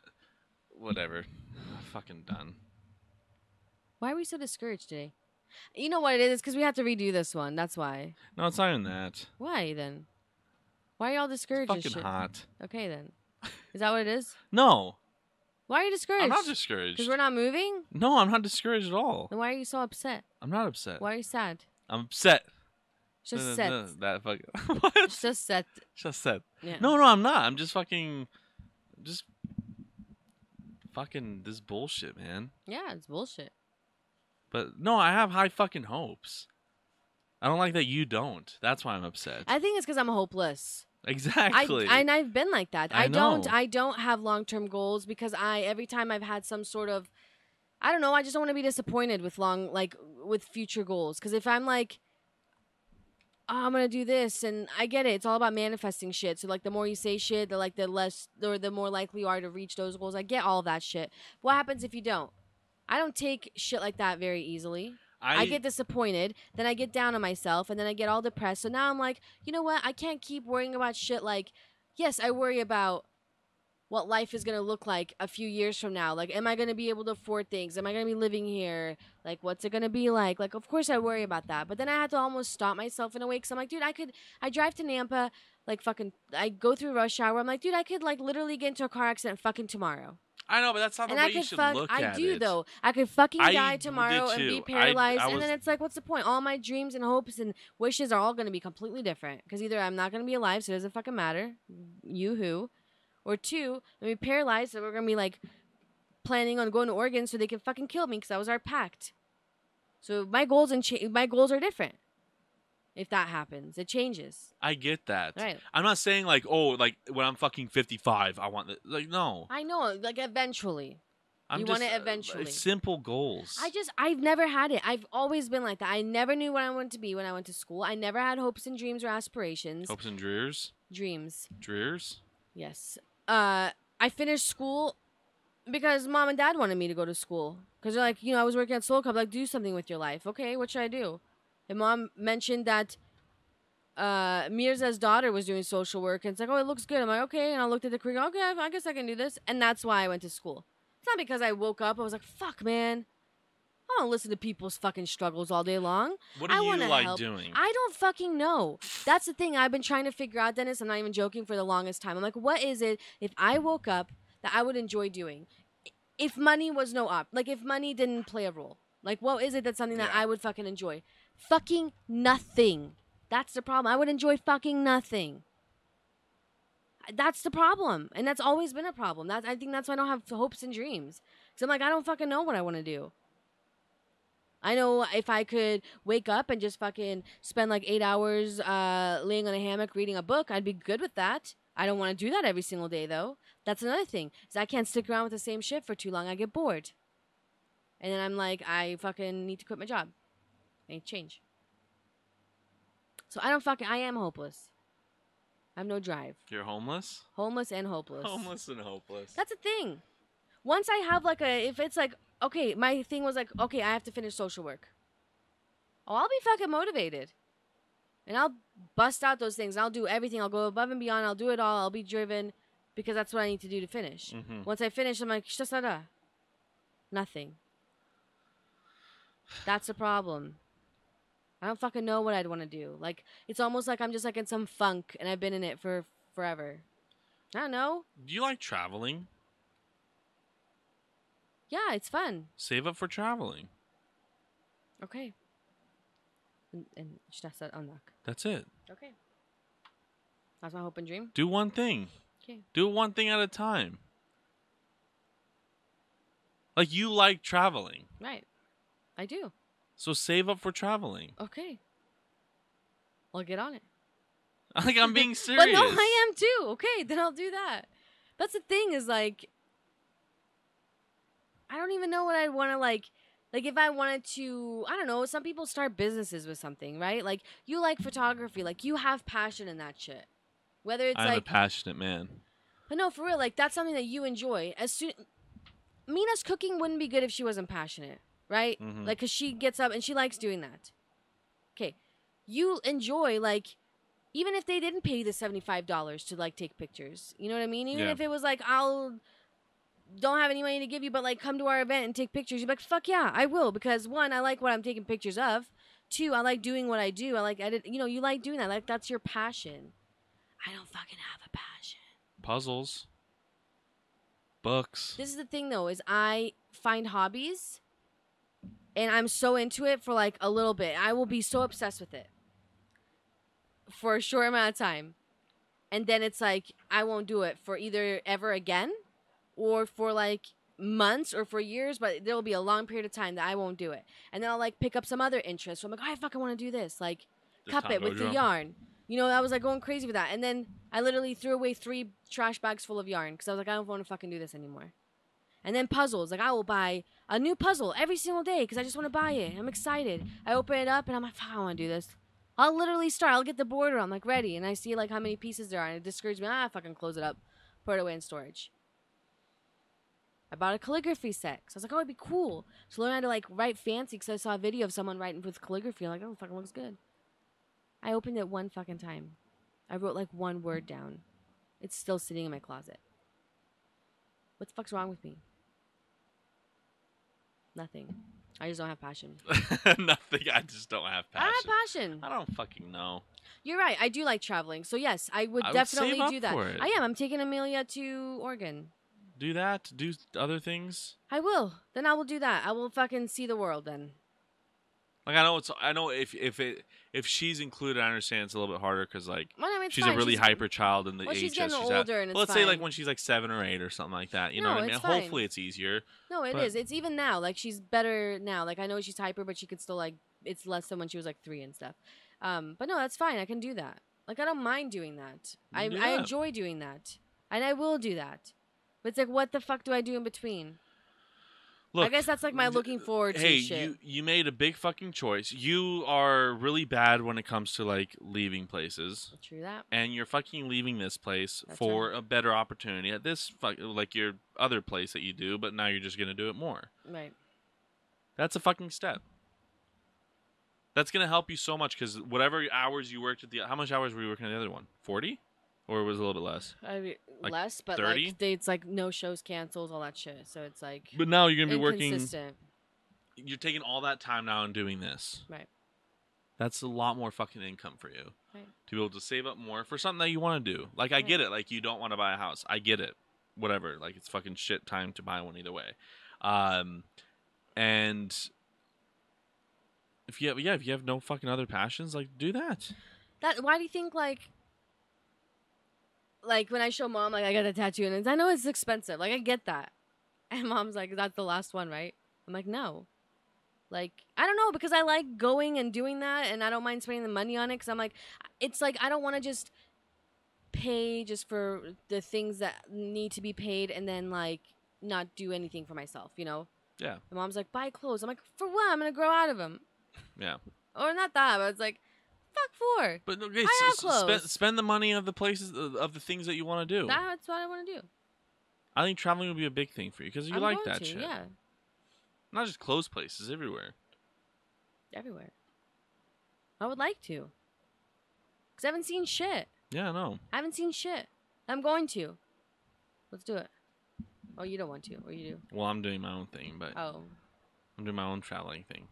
whatever, fucking done.
Why are we so discouraged today? You know what it is? Because we have to redo this one. That's why.
No, it's not even that.
Why then? Why are y'all
It's
discouraged? and
fucking
shit?
hot.
Okay then. Is that what it is?
No,
Why are you discouraged?
I'm not discouraged.
Because we're not moving?
No, I'm not discouraged at all.
Then why are you so upset?
I'm not upset.
Why are you sad?
I'm upset.
Just
Uh, No,
set.
no, no, that fucking what?
Just set.
Just set.
Yeah.
No, no, I'm not. I'm just fucking, just fucking this bullshit, man.
Yeah, it's bullshit.
But no, I have high fucking hopes. I don't like that you don't. That's why I'm upset.
I think it's because I'm hopeless.
exactly.
I, and I've been like that.
I
I, don't.
know.
I don't have long term goals because I every time I've had some sort of, I don't know. I just don't want to be disappointed with long like with future goals. Because if I'm like, oh, I'm gonna do this, and I get it. It's all about manifesting shit. So like the more you say shit, the like the less or the more likely you are to reach those goals. I get all of that shit. What happens if you don't? I don't take shit like that very easily. I, get disappointed, then I get down on myself, and then I get all depressed. So now I'm like, you know what? I can't keep worrying about shit like, yes, I worry about what life is going to look like a few years from now. Like, am I going to be able to afford things? Am I going to be living here? Like, what's it going to be like? Like, of course I worry about that. But then I had to almost stop myself in a way because I'm like, dude, I could, I drive to Nampa, like, fucking, I go through rush hour. I'm like, dude, I could, like, literally get into a car accident fucking tomorrow.
I know, but that's not the
And
way
I
you
could
should
fuck.
look
I
at
do
it.
though. I could fucking
I
die
did
tomorrow and be
too. I- I
paralyzed,
was-
and then it's like, what's the point? All my dreams and hopes and wishes are all going to be completely different because either I'm not going to be alive, so it doesn't fucking matter. You who, or two, I'm gonna be paralyzed, and we're going to be like planning on going to Oregon so they can fucking kill me because that was our pact. So my goals and cha- my goals are different. If that happens, it changes.
I get that.
Right.
I'm not saying like, oh, like when I'm fucking 55, I want the, like no.
I know, like eventually.
I'm
You
just,
want it
uh,
eventually.
It's simple goals.
I just I've never had it. I've always been like that. I never knew what I wanted to be when I went to school. I never had hopes and dreams or aspirations.
hopes and drears,
Dreams.
drears.
Yes. Uh I finished school because mom and dad wanted me to go to school. Cuz they're like, you know, I was working at Soul Club, like do something with your life. Okay, what should I do? And mom mentioned that uh Mirza's daughter was doing social work and it's like, "Oh, it looks good." I'm like, "Okay." And I looked at the curriculum, "Okay, I- I guess I can do this." And that's why I went to school. It's not because I woke up I was like, "Fuck, man. I don't listen to people's fucking struggles all day long."
What are
I
you
wanna
like
help.
doing?
I don't fucking know. That's the thing I've been trying to figure out, Dennis. I'm not even joking for the longest time. I'm like, what is it if I woke up that I would enjoy doing? If money was no op, like if money didn't play a role, like what is it that's something that
Yeah.
I would fucking enjoy? Fucking nothing. That's the problem. I would enjoy fucking nothing. That's the problem, and that's always been a problem. That I think that's why I don't have hopes and dreams. Cause I'm like I don't fucking know what I want to do. I know if I could wake up and just fucking spend like eight hours uh, laying on a hammock reading a book, I'd be good with that. I don't want to do that every single day though. That's another thing is I can't stick around with the same shit for too long. I get bored, and then I'm like, I fucking need to quit my job. I need to change. So I don't fucking. I am hopeless. I have no drive.
You're homeless?
Homeless and hopeless.
Homeless and hopeless.
That's a thing. Once I have like a, if it's like, okay, my thing was like, okay, I have to finish social work. Oh, I'll be fucking motivated. And I'll bust out those things. I'll do everything. I'll go above and beyond. I'll do it all. I'll be driven because that's what I need to do to finish.
Mhm.
Once I finish, I'm like, "Shtasada." nothing. That's a problem. I don't fucking know what I'd want to do. Like, it's almost like I'm just like in some funk and I've been in it for forever. I don't know.
Do you like traveling?
Yeah, it's fun.
Save up for traveling.
Okay. And, and Shtasa unlock.
That's it.
Okay. That's my hope and dream.
Do one thing.
Okay.
Do it one thing at a time. Like you like traveling.
Right. I do.
So save up for traveling.
Okay. I'll get on it.
Like I'm being serious.
But no, I am too. Okay, then I'll do that. That's the thing is like I don't even know what I'd want to like like if I wanted to I don't know, some people start businesses with something, right? Like you like photography, like you have passion in that shit. Whether it's
I'm a
like
passionate man.
But no, for real, like that's something that you enjoy. As soon Mina's cooking wouldn't be good if she wasn't passionate, right? Like 'cause
Mhm.
Like cuz she gets up and she likes doing that. Okay. You enjoy like even if they didn't pay you the $75 to like take pictures. You know what I mean? Even
Yeah.
if it was like I'll don't have any money to give you, but like come to our event and take pictures. You're like, fuck yeah, I will because one, I like what I'm taking pictures of. Two, I like doing what I do. I like edit. You know, you like doing that. Like that's your passion. I don't fucking have a passion.
Puzzles. Books.
This is the thing though, is I find hobbies and I'm so into it for like a little bit. I will be so obsessed with it for a short amount of time. And then it's like I won't do it for either ever again or for like months or for years, but there will be a long period of time that I won't do it. And then I'll like pick up some other interest. So I'm like, oh, I fucking want to do this. Like
The
cup it
tango
with the
drum.
yarn. You know, I was like going crazy with that. And then I literally threw away three trash bags full of yarn because I was like, I don't want to fucking do this anymore. And then puzzles. Like, I will buy a new puzzle every single day because I just want to buy it. I'm excited. I open it up and I'm like, "Fuck, I want to do this. I'll literally start. I'll get the border. I'm like ready. And I see like how many pieces there are. And it discourages me. Ah, fucking close it up. Put it away in storage. I bought a calligraphy set. So I was like, oh, it'd be cool. So learn how to like write fancy because I saw a video of someone writing with calligraphy. I'm like, oh, fucking looks good. I opened it one fucking time. I wrote like one word down. It's still sitting in my closet. What the fuck's wrong with me? Nothing. I just don't have passion.
Nothing. I just don't have
I
passion.
don't have passion.
I don't fucking know.
You're right. I do like traveling. So yes, I would
I would save
definitely
up
do that.
for it.
I am. I'm taking Amelia to Oregon.
Do that. Do other things.
I will. Then I will do that. I will fucking see the world then.
Like I know it's. I know if if it if she's included, I understand it's a little bit harder because like
Well, I mean, it's
she's
fine.
a really hyper child in the
Well,
age
she's
that
getting
she's at.
older and it's
Well, let's say like
fine.
when she's like seven or eight or something like that. You know
No,
what I mean?
it's fine.
Hopefully it's easier.
No, it is.
But-
It's even now. Like she's better now. Like I know she's hyper, but she could still like it's less than when she was like three and stuff. Um, but no, that's fine. I can do that. Like I don't mind doing that. I
do
I
that.
enjoy doing that, and I will do that. But it's like, what the fuck do I do in between?
Look,
I guess that's like my
d-
looking forward to
hey,
shit.
you you made a big fucking choice. You are really bad when it comes to like leaving places,
True that.
and you're fucking leaving this place
That's
for a better opportunity at this fuck like your other place that you do, but now you're just gonna do it more.
Right.
That's a fucking step. That's gonna help you so much because whatever hours you worked at the how much hours were you working at the other one? Forty, or was it a little bit less?
I mean,
Like
less, but
30?
like they, it's like no shows canceled, all that shit. So it's like
But now you're gonna be working.
inconsistent.
You're taking all that time now and doing this.
Right.
That's a lot more fucking income for you.
Right.
to be able to save up more for something that you want to do. Like I
Right.
get it, like you don't want to buy a house. I get it. Whatever. Like it's fucking shit time to buy one either way. Um and if you have yeah, if you have no fucking other passions, like do that.
That why do you think like like when I show mom like I got a tattoo and it's, I know it's expensive. Like I get that. And mom's like, that's the last one, right? I'm like, no. Like I don't know because I like going and doing that and I don't mind spending the money on it cuz I'm like it's like I don't want to just pay just for the things that need to be paid and then like not do anything for myself, you know?
Yeah.
My mom's like, buy clothes. I'm like, for what? I'm gonna grow out of them.
Yeah.
Or not that, but it's like, fuck for.
But okay,
I
s-
have
s- spend,
clothes.
spend the money of the places of of the things that you want to do.
That's what I want to do.
I think traveling would be a big thing for you because you
I'm
like
going
that
to,
shit.
Yeah,
Not just clothes places everywhere.
everywhere. I would like to. Cause I haven't seen shit.
Yeah, I know.
I haven't seen shit. I'm going to. Let's do it. Oh, you don't want to, or you
Well, I'm doing my own thing, but
do? Oh,
I'm doing my own traveling thing.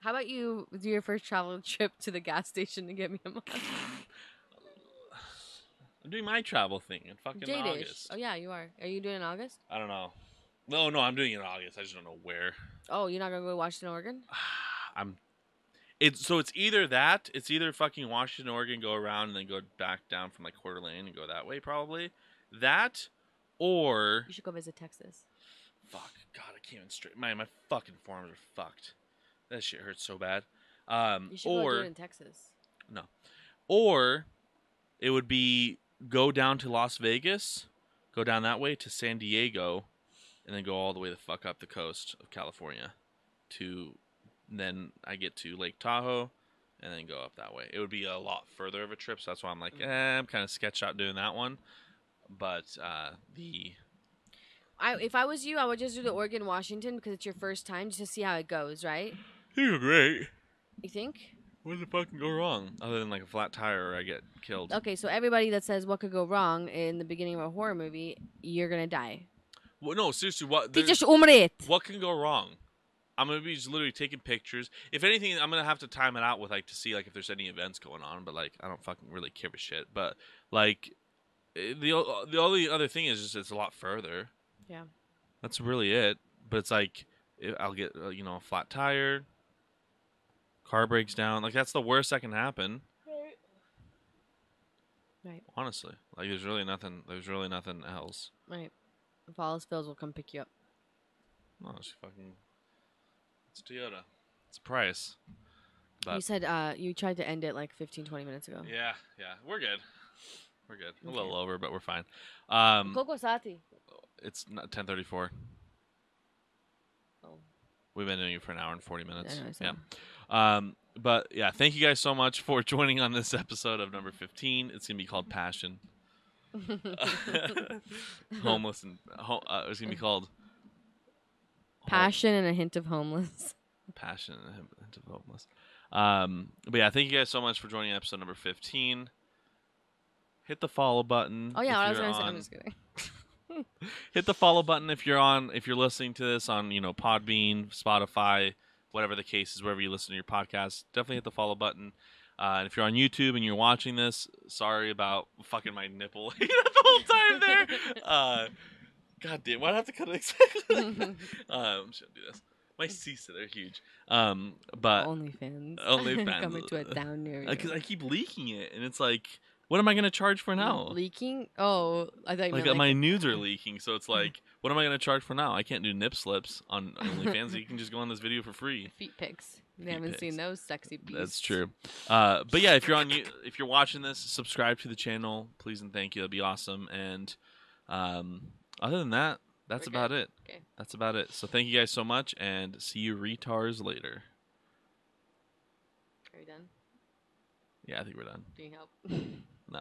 how about you do your first travel trip to the gas station to get me a mug?
I'm doing my travel thing in fucking
Jadish.
August.
Oh yeah, you are. Are you doing it in August?
I don't know. No, no, I'm doing it in August. I just don't know where.
Oh, you're not gonna go to Washington, Oregon?
I'm. It's so it's either that it's either fucking Washington, Oregon, go around and then go back down from like Coeur d'Alene and go that way probably, that, or
You should go visit Texas.
fuck God I can't even straight my my fucking forearms are fucked, that shit hurts so bad, um
You should go do
or
it in Texas.
or it would be go down to Las Vegas, go down that way to San Diego, and then go all the way the fuck up the coast of California to then I get to Lake Tahoe and then go up that way. It would be a lot further of a trip, so that's why I'm like, eh, I'm kind of sketched out doing that one. But uh the
I, if I was you, I would just do the Oregon, Washington because it's your first time just to see how it goes, right?
You're great.
You think?
What the fuck can go wrong? Other than like a flat tire or I get killed.
Okay, so everybody that says what could go wrong in the beginning of a horror movie, you're gonna die.
Well, no, seriously, what
Ты
there's-
just умрет.
What can go wrong? I'm gonna be just literally taking pictures. If anything, I'm gonna have to time it out with like to see like if there's any events going on. But like, I don't fucking really give a shit. But like, eh, the o- the only other thing is just it's a lot further.
Yeah.
that's really it. But it's like eh, I'll get uh, you know a flat tire, car breaks down. Like that's the worst that can happen.
Right.
Right,
Honestly, like there's really nothing. There's really nothing else.
right. If all else fails, we'll come pick you up.
No, it's fucking. It's Toyota. It's price.
you
But-
said uh, you tried to end it like 15, 20 minutes ago.
Yeah, yeah, we're good. We're good. A little
Okay.
over, but we're fine. Um,
Coco Sati.
it's not ten thirty-four.
Oh.
We've been doing it for an hour and forty minutes.
I know, I saw.
yeah. Um, but yeah, thank you guys so much for joining on this episode of number fifteen. It's gonna be called Passion. homeless and ho- uh, it's gonna be called Hom-
Passion and a hint of homeless.
passion and him- hint of homeless. Um, but yeah, thank you guys so much for joining episode number fifteen. Hit the follow button.
Oh yeah,
if
I was
you're
gonna say.
on-
I'm just kidding.
hit the follow button if you're on if you're listening to this on you know podbean spotify whatever the case is wherever you listen to your podcast definitely hit the follow button uh, and if you're on youtube and you're watching this sorry about fucking my nipple the whole time there uh, god damn why do i have to cut it exactly like that? um shouldn't do this my seats are huge um but
OnlyFans.
OnlyFans.
Coming to a town near you.
because i keep leaking it and it's like what am i going to charge for now
Leaking? Oh, I thought you
like, uh,
meant
my nudes are leaking, so it's like, what am I gonna charge for now? I can't do nip slips on OnlyFans. you can just go on this video for free.
feet pics. They
Feet
haven't
pics.
seen those sexy beasts.
That's true. Uh, but yeah, if you're on, you- if you're watching this, subscribe to the channel, please and thank you. That'd be awesome. And um, other than that, that's
We're
about
good.
it.
Okay.
That's about it. So thank you guys so much, and see you retars later.
Are you done?
Yeah, I think we're done.
Do you need help?
No.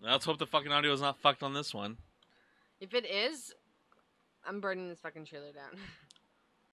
Let's hope the fucking audio is not fucked on this one.
If it is, I'm burning this fucking trailer down.